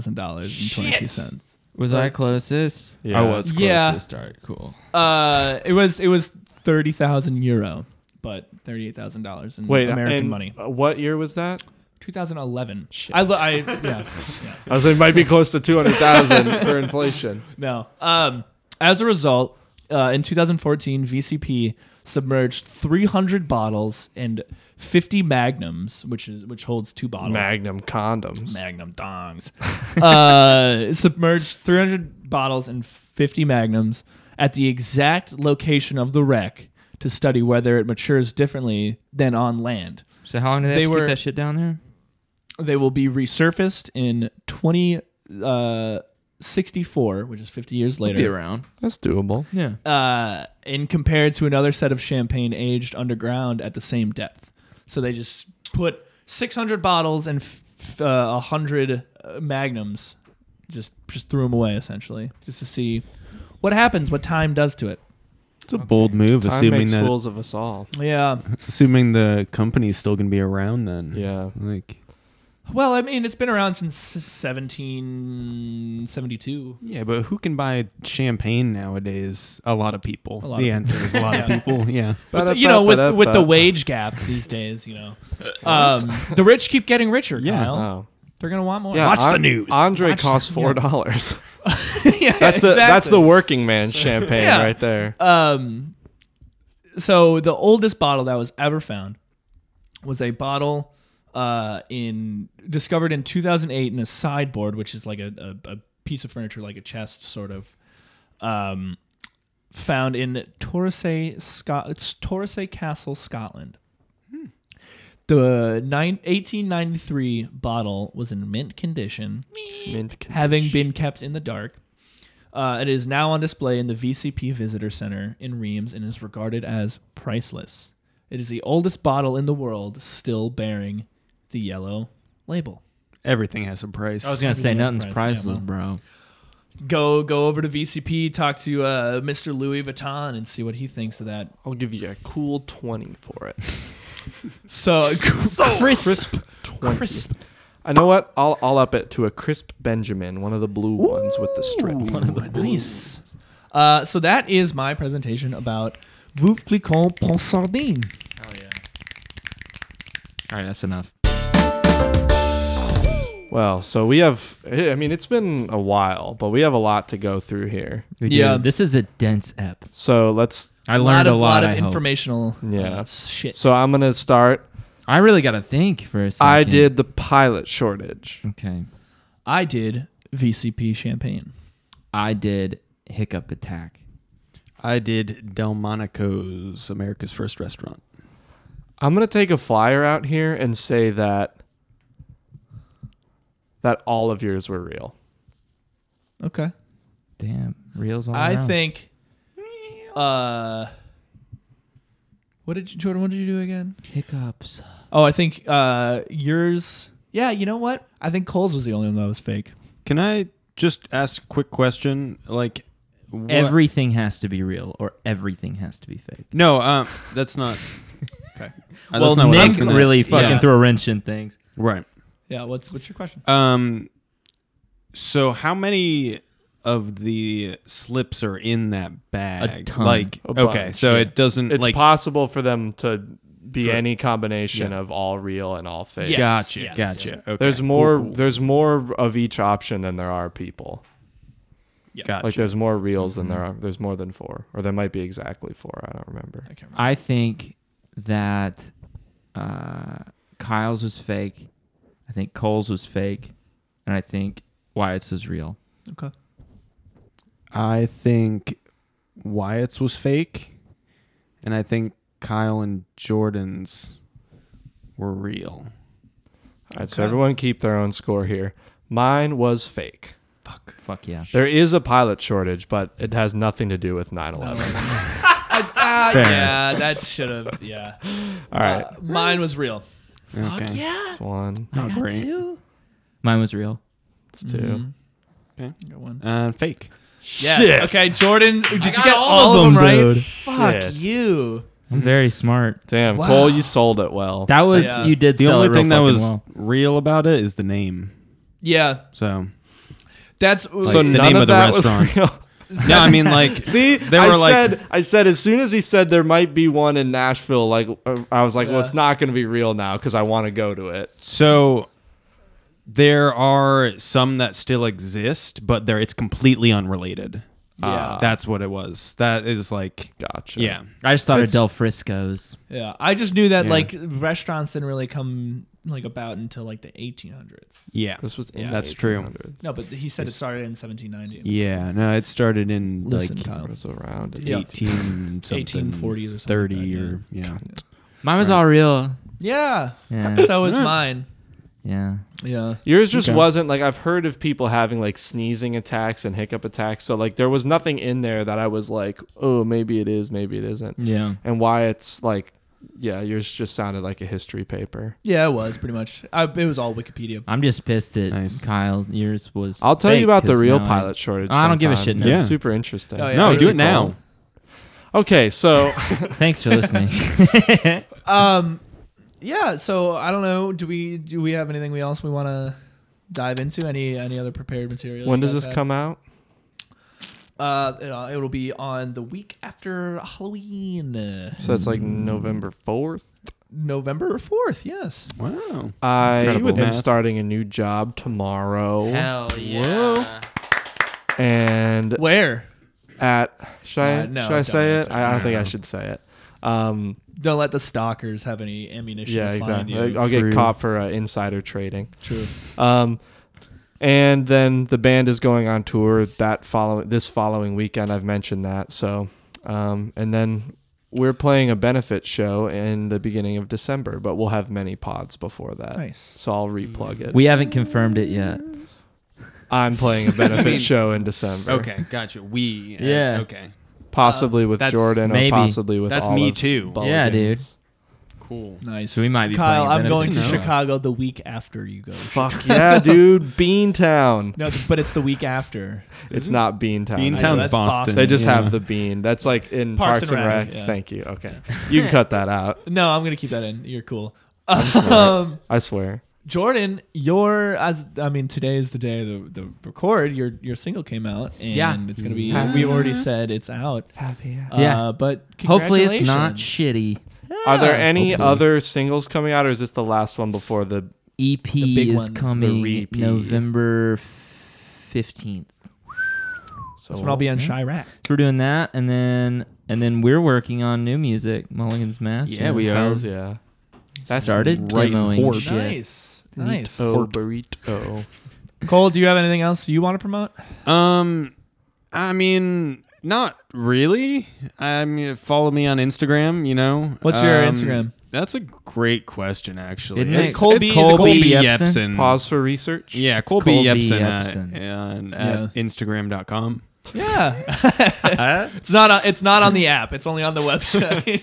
Speaker 3: $38,000.22.
Speaker 1: Was I closest?
Speaker 2: Yeah.
Speaker 1: I was
Speaker 3: Yeah.
Speaker 1: closest. All right, cool.
Speaker 3: Uh, it was it was thirty thousand euro, but thirty eight thousand dollars in
Speaker 2: Wait,
Speaker 3: American
Speaker 2: and
Speaker 3: money.
Speaker 2: uh, What year was that?
Speaker 3: 2011. I, lo- I yeah, yeah.
Speaker 2: I was it might be close to two hundred thousand for inflation.
Speaker 3: No. Um, as a result, uh, in 2014, VCP submerged 300 bottles and 50 magnums, which is which holds two bottles.
Speaker 2: Magnum condoms.
Speaker 3: Magnum dongs. uh, submerged 300 bottles and 50 magnums at the exact location of the wreck to study whether it matures differently than on land.
Speaker 1: So how long did they,
Speaker 3: They
Speaker 1: have to
Speaker 3: were-
Speaker 1: keep that shit down there?
Speaker 3: They will be resurfaced in 20. Uh, 64, which is 50 years later.
Speaker 1: Be around.
Speaker 2: That's doable.
Speaker 1: Yeah.
Speaker 3: uh, and compared to another set of champagne aged underground at the same depth. So they just put 600 bottles and f- uh, 100 uh, magnums, just just threw them away essentially, just to see what happens, what time does to it.
Speaker 4: It's a bold move,
Speaker 2: Time
Speaker 4: assuming
Speaker 2: makes
Speaker 4: that
Speaker 2: fools of us all.
Speaker 3: Yeah.
Speaker 4: assuming the company's still gonna be around then.
Speaker 2: Yeah.
Speaker 4: Like
Speaker 3: Well, I mean, it's been around since 1772.
Speaker 4: yeah, but who can buy champagne nowadays? A lot of people.
Speaker 3: A lot
Speaker 4: the
Speaker 3: of
Speaker 4: answer is a lot of
Speaker 3: Yeah.
Speaker 4: people. Yeah.
Speaker 3: With the- you know, with with the wage gap these days, you know, um, the rich keep getting richer.
Speaker 4: Yeah.
Speaker 3: Kyle.
Speaker 2: Oh.
Speaker 3: they're gonna want more.
Speaker 2: Yeah,
Speaker 4: Watch the
Speaker 2: An-
Speaker 4: news.
Speaker 2: Andre
Speaker 3: Watch-
Speaker 2: costs
Speaker 3: yeah.
Speaker 2: four dollars.
Speaker 3: Yeah,
Speaker 2: That's the that's
Speaker 3: exactly.
Speaker 2: the working man champagne
Speaker 3: Yeah.
Speaker 2: right there.
Speaker 3: Um, so the oldest bottle that was ever found was a bottle uh, in discovered in 2008 in a sideboard, which is like a, a, a piece of furniture, like a chest, sort of. Um, found in Torresay, Scot- it's Torresay Castle, Scotland. The nine, 1893 bottle was in mint condition,
Speaker 2: Mint
Speaker 3: having been kept in the dark. Uh, it is now on display in the VCP Visitor Center in Reims and is regarded as priceless. It is the oldest bottle in the world still bearing the yellow label.
Speaker 4: Everything has a price.
Speaker 1: I was gonna say
Speaker 3: Everything's
Speaker 1: nothing's
Speaker 3: priceless,
Speaker 1: priceless,
Speaker 3: yeah,
Speaker 1: bro.
Speaker 3: Go go over to VCP, talk to uh, Mr. Louis Vuitton, and see what he thinks of that
Speaker 2: I'll give you a cool 20 for it.
Speaker 3: So,
Speaker 2: crisp. 20. I know what? I'll, I'll up it to a crisp Benjamin, one of the blue ones with the strip.
Speaker 3: nice. Uh, so that is my presentation about Vuflicon Ponsardine.
Speaker 1: All right, that's enough.
Speaker 2: Well, so we have, eh, I mean, it's been a while, but we have a lot to go through here.
Speaker 1: We
Speaker 3: Yeah.
Speaker 1: this is a dense ep.
Speaker 2: So let's,
Speaker 1: I learned
Speaker 3: of,
Speaker 1: a lot.
Speaker 3: of
Speaker 1: I, hope.
Speaker 3: informational
Speaker 2: Yeah.
Speaker 3: uh, shit.
Speaker 2: so I'm going to start.
Speaker 1: I really gotta think for a second.
Speaker 2: I did the pilot shortage.
Speaker 1: Okay,
Speaker 3: I did VCP champagne.
Speaker 1: I did hiccup attack.
Speaker 4: I did Delmonico's America's First Restaurant.
Speaker 2: I'm going to take a flyer out here and say that that all of yours were real.
Speaker 3: Okay.
Speaker 1: Damn, reels all
Speaker 3: I
Speaker 1: around.
Speaker 3: think. Uh, what did you, Jordan? What did you do again?
Speaker 1: hiccups.
Speaker 3: Oh, I think uh, yours. Yeah, you know what? I think Cole's was the only one that was fake.
Speaker 4: Can I just ask a quick question? Like what-
Speaker 1: Everything has to be real, or everything has to be fake.
Speaker 4: No, um, that's not.
Speaker 3: Okay.
Speaker 4: Uh,
Speaker 1: well,
Speaker 4: that's not what I
Speaker 1: Nick
Speaker 4: was gonna-
Speaker 1: really fucking
Speaker 4: Yeah.
Speaker 1: threw a wrench in things.
Speaker 4: right.
Speaker 3: Yeah. What's What's your question?
Speaker 4: Um, so how many of the slips are in that bag?
Speaker 1: ton.
Speaker 4: Like,
Speaker 2: A
Speaker 4: okay,
Speaker 2: bunch,
Speaker 4: so
Speaker 2: yeah.
Speaker 4: it doesn't
Speaker 2: It's
Speaker 4: like.
Speaker 2: possible for them to be
Speaker 4: For-
Speaker 2: any combination
Speaker 4: Yeah.
Speaker 2: of all real and all fake.
Speaker 3: Yes,
Speaker 4: gotcha,
Speaker 3: yes.
Speaker 4: gotcha. Okay,
Speaker 2: There's
Speaker 4: cool,
Speaker 2: more
Speaker 4: cool.
Speaker 2: there's more of each option than there are people.
Speaker 4: Gotcha. Mm-hmm.
Speaker 2: Like there's more reels than there are there's more than 4 or there might be exactly 4, I don't remember.
Speaker 3: I can't remember.
Speaker 1: I think that uh, Kyle's was fake. I think Cole's was fake, and I think Wyatt's was real.
Speaker 3: Okay.
Speaker 4: I think Wyatt's was fake, and I think Kyle and Jordan's were real.
Speaker 2: All right, so
Speaker 3: Okay.
Speaker 2: everyone keep their own score here. Mine was fake.
Speaker 1: Fuck. Fuck yeah.
Speaker 2: There is a pilot shortage, but it has nothing to do with 9/11.
Speaker 3: Ah,
Speaker 4: Fair.
Speaker 3: yeah, that should have. Yeah.
Speaker 2: All right.
Speaker 3: Uh, mine was real.
Speaker 4: okay.
Speaker 2: It's one.
Speaker 4: Not great.
Speaker 1: Mine was real.
Speaker 2: It's 2
Speaker 4: Okay.
Speaker 3: Got one.
Speaker 4: Uh, fake.
Speaker 3: Yes. Okay, Jordan, did you
Speaker 1: got
Speaker 3: get all,
Speaker 1: all of
Speaker 3: of them,
Speaker 1: them,
Speaker 3: right?
Speaker 1: dude.
Speaker 3: Fuck
Speaker 2: Shit.
Speaker 3: you.
Speaker 1: I'm very smart.
Speaker 2: Damn,
Speaker 3: Wow.
Speaker 2: Cole, you sold it well.
Speaker 1: That was
Speaker 3: Yeah.
Speaker 1: you did.
Speaker 4: The
Speaker 1: sell it
Speaker 4: only
Speaker 1: real
Speaker 4: thing that
Speaker 1: fucking
Speaker 4: was
Speaker 1: well.
Speaker 4: real about it is the name.
Speaker 3: Yeah,
Speaker 4: So
Speaker 3: that's
Speaker 2: so
Speaker 4: the
Speaker 2: none
Speaker 4: name
Speaker 2: of,
Speaker 4: of the
Speaker 2: that was
Speaker 4: restaurant.
Speaker 2: real.
Speaker 4: no, I mean like
Speaker 2: See,
Speaker 4: They
Speaker 2: I
Speaker 4: were like-
Speaker 2: said, I said, as soon as he said there might be one in Nashville, like uh, I was like, well,
Speaker 3: Yeah.
Speaker 2: it's not going to be real now because I want to go to it.
Speaker 4: so. There are some that still exist, but there it's completely unrelated.
Speaker 3: yeah,
Speaker 2: Ah.
Speaker 4: That's what it was. That is like
Speaker 2: Gotcha.
Speaker 4: yeah.
Speaker 1: I just thought of
Speaker 4: It's-
Speaker 1: Del Frisco's.
Speaker 3: yeah. I just knew that
Speaker 4: Yeah.
Speaker 3: like restaurants didn't really come like about until like the 1800s.
Speaker 4: Yeah.
Speaker 2: this was in
Speaker 3: Yeah.
Speaker 2: the
Speaker 4: That's true.
Speaker 2: 1800s.
Speaker 3: No, but he said it started in 1790.
Speaker 4: Yeah, no, it started in
Speaker 3: Listen,
Speaker 4: like
Speaker 3: Kyle.
Speaker 2: It was around.
Speaker 3: Yeah.
Speaker 4: 18 something,
Speaker 3: 1840s or something
Speaker 4: 30
Speaker 3: like that,
Speaker 4: or yeah.
Speaker 1: Mine was all real.
Speaker 3: Yeah,
Speaker 1: Yeah.
Speaker 3: so was mine.
Speaker 1: Yeah.
Speaker 3: Yeah,
Speaker 2: Yours just
Speaker 4: Okay.
Speaker 2: wasn't like I've heard of people having like sneezing attacks and hiccup attacks. So like there was nothing in there that I was like, oh, maybe it is, maybe it isn't.
Speaker 1: Yeah.
Speaker 2: And why it's like, yeah, yours just sounded like a history paper.
Speaker 3: yeah, it was pretty much. I, it was all Wikipedia.
Speaker 1: I'm just pissed that
Speaker 4: Nice.
Speaker 1: Kyle yours was.
Speaker 2: I'll tell you
Speaker 1: fake,
Speaker 2: about the
Speaker 1: 'cause
Speaker 2: real
Speaker 1: now I-
Speaker 2: pilot shortage.
Speaker 1: I don't give a shit
Speaker 2: sometime.
Speaker 1: now.
Speaker 2: It's
Speaker 4: Yeah.
Speaker 2: super interesting.
Speaker 3: Oh, yeah.
Speaker 4: No,
Speaker 3: Really
Speaker 4: do
Speaker 2: cool.
Speaker 4: it now.
Speaker 2: Okay, so
Speaker 1: Thanks for listening.
Speaker 3: Um, yeah. So I don't know. Do we do we have anything we else we want to dive into? Any any other prepared material?
Speaker 2: when
Speaker 3: you
Speaker 2: does
Speaker 3: guys
Speaker 2: this
Speaker 3: have?
Speaker 2: come out?
Speaker 3: Uh, it'll, it'll be on the week after Halloween, uh,
Speaker 2: So it's like November 4th.
Speaker 3: November fourth. Yes.
Speaker 4: Wow.
Speaker 2: I
Speaker 4: Incredible
Speaker 2: am
Speaker 4: math.
Speaker 2: starting a new job tomorrow.
Speaker 1: Hell yeah.
Speaker 2: And
Speaker 3: Where?
Speaker 2: at, should I,
Speaker 3: Uh, no,
Speaker 2: should I
Speaker 3: don't
Speaker 2: say it?
Speaker 3: answer.
Speaker 2: I, I don't think I
Speaker 4: No.
Speaker 2: should say it. Um,
Speaker 3: Don't let the stalkers have any ammunition.
Speaker 2: yeah,
Speaker 3: to
Speaker 2: exactly.
Speaker 3: Find you.
Speaker 2: I'll get
Speaker 4: True.
Speaker 2: caught for uh, insider trading.
Speaker 3: True.
Speaker 2: Um, and then the band is going on tour that follow this following weekend. I've mentioned that. So Um, and then we're playing a benefit show in the beginning of December, but we'll have many pods before that.
Speaker 3: Nice.
Speaker 2: So I'll replug it.
Speaker 1: We haven't confirmed it yet.
Speaker 2: I'm playing a benefit
Speaker 4: mean-
Speaker 2: show in December.
Speaker 4: Okay, gotcha. We. uh,
Speaker 1: Yeah.
Speaker 4: Okay.
Speaker 2: Possibly with
Speaker 4: That's-
Speaker 2: Jordan
Speaker 1: maybe.
Speaker 2: or possibly with
Speaker 4: That's me
Speaker 2: Olive
Speaker 4: too.
Speaker 1: Yeah, dude.
Speaker 2: Bulligans.
Speaker 4: Cool.
Speaker 3: Nice.
Speaker 1: So we might be
Speaker 3: Kyle,
Speaker 1: playing a
Speaker 3: I'm going to
Speaker 1: benefit show.
Speaker 3: Chicago the week after you go. to
Speaker 2: Fuck yeah, dude. Beantown.
Speaker 3: No, but it's the week after.
Speaker 2: It's not Beantown.
Speaker 4: Bean
Speaker 3: know,
Speaker 4: Town's
Speaker 3: that's
Speaker 4: Boston.
Speaker 3: Boston.
Speaker 2: They just
Speaker 4: yeah.
Speaker 2: have the bean. That's like in Parks, and, Rec.
Speaker 3: yeah.
Speaker 2: Thank you. Okay. You can cut that out.
Speaker 3: No, I'm gonna keep that in. You're cool.
Speaker 2: sorry.
Speaker 3: Um,
Speaker 2: I swear.
Speaker 3: Jordan, your as I mean, today is the day the the record. Your your single came out, and
Speaker 1: Yeah.
Speaker 3: it's gonna be.
Speaker 2: Yeah.
Speaker 3: We already said it's out. Uh,
Speaker 1: Yeah.
Speaker 3: but
Speaker 1: Hopefully it's not
Speaker 3: congratulations.
Speaker 1: shitty.
Speaker 2: Are there any
Speaker 1: Hopefully.
Speaker 2: other singles coming out, or is this the last one before the?
Speaker 1: EP
Speaker 3: big
Speaker 1: E is
Speaker 3: one, the
Speaker 1: coming
Speaker 2: re-EP.
Speaker 1: November 15th.
Speaker 2: So
Speaker 3: That's when I'll be on Chirac.
Speaker 1: So we're doing that and then and then we're working on new music, Mulligan's Mass.
Speaker 4: Yeah, we are.
Speaker 2: Hells yeah. That's
Speaker 1: started
Speaker 4: right
Speaker 1: demoing
Speaker 4: horse.
Speaker 1: shit.
Speaker 3: Nice, nice.
Speaker 2: Oh, burrito.
Speaker 3: Cole, do you have anything else you want to promote?
Speaker 4: Um, I mean, not really. I mean, follow me on Instagram. You know,
Speaker 3: What's your
Speaker 4: Um,
Speaker 3: Instagram?
Speaker 4: That's a great question, actually.
Speaker 1: Isn't
Speaker 4: It's
Speaker 1: it
Speaker 3: Colby-
Speaker 4: it's
Speaker 3: Colby
Speaker 4: Colby
Speaker 1: Yepsen?
Speaker 4: Yepsen.
Speaker 2: Pause for research.
Speaker 4: Yeah, Colby,
Speaker 1: Colby
Speaker 4: Yepsen,
Speaker 1: Yepsen.
Speaker 4: At, and at Instagram.com.
Speaker 3: Yeah,
Speaker 4: Uh,
Speaker 3: It's not. On, it's not on the app. It's only on the website.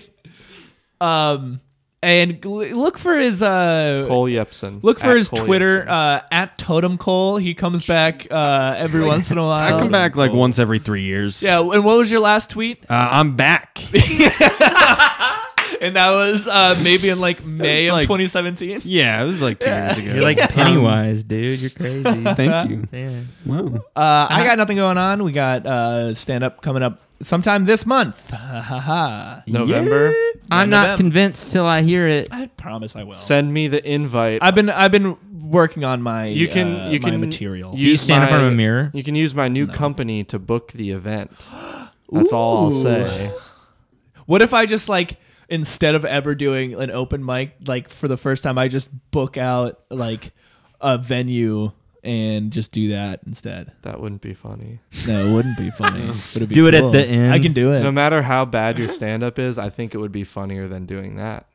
Speaker 3: um, and gl- look for his uh,
Speaker 2: Cole Yepsen.
Speaker 3: look for
Speaker 2: At
Speaker 3: his
Speaker 2: Cole
Speaker 3: Twitter
Speaker 2: Yepsen.
Speaker 3: uh, at Totem Cole. He comes back uh, every once in a while.
Speaker 4: I come back like once every three years.
Speaker 3: Yeah, and what was your last tweet?
Speaker 4: Uh, I'm back.
Speaker 3: And that was uh, maybe in like May of
Speaker 4: like-
Speaker 3: 2017.
Speaker 4: yeah, it was like two years ago. Um,
Speaker 1: You're like Pennywise, dude. You're crazy.
Speaker 4: Thank you.
Speaker 1: Man.
Speaker 4: Wow.
Speaker 3: Uh, I got nothing going on. We got uh, stand up coming up sometime this month. Ha ha ha.
Speaker 2: November.
Speaker 1: I'm
Speaker 3: None of
Speaker 1: not
Speaker 3: them.
Speaker 1: convinced till I hear it.
Speaker 3: I promise I will.
Speaker 2: Send me the invite.
Speaker 3: I've been I've been working on my
Speaker 2: you can
Speaker 3: uh,
Speaker 2: you
Speaker 3: my
Speaker 2: can
Speaker 3: material.
Speaker 1: you stand in front of a mirror?
Speaker 2: You can use my new company to book the event. That's all I'll
Speaker 3: Ooh.
Speaker 2: say.
Speaker 3: What if I just like instead of ever doing an open mic like for the first time I just book out like a venue and just do that instead?
Speaker 2: That wouldn't be funny.
Speaker 3: No, it wouldn't be funny. But it be
Speaker 1: Do it at
Speaker 3: cool.
Speaker 1: the end.
Speaker 3: I can do it.
Speaker 2: No matter how bad your stand up is, I think it would be funnier than doing that.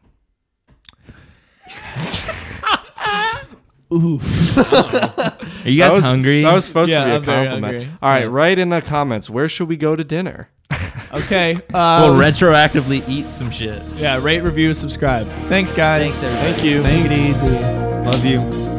Speaker 3: Ooh.
Speaker 1: Are you guys
Speaker 2: that was,
Speaker 1: hungry?
Speaker 2: That was supposed
Speaker 3: Yeah,
Speaker 2: to be a
Speaker 3: I'm very
Speaker 2: compliment.
Speaker 3: hungry.
Speaker 2: All right,
Speaker 3: Yeah.
Speaker 2: write in the comments. Where should we go to dinner?
Speaker 3: Okay. Um,
Speaker 1: we'll retroactively eat some shit.
Speaker 3: yeah, rate, review, subscribe. Thanks guys.
Speaker 1: Thanks, everybody.
Speaker 3: Thank you.
Speaker 4: Thanks.
Speaker 3: Take it easy.
Speaker 4: Love you.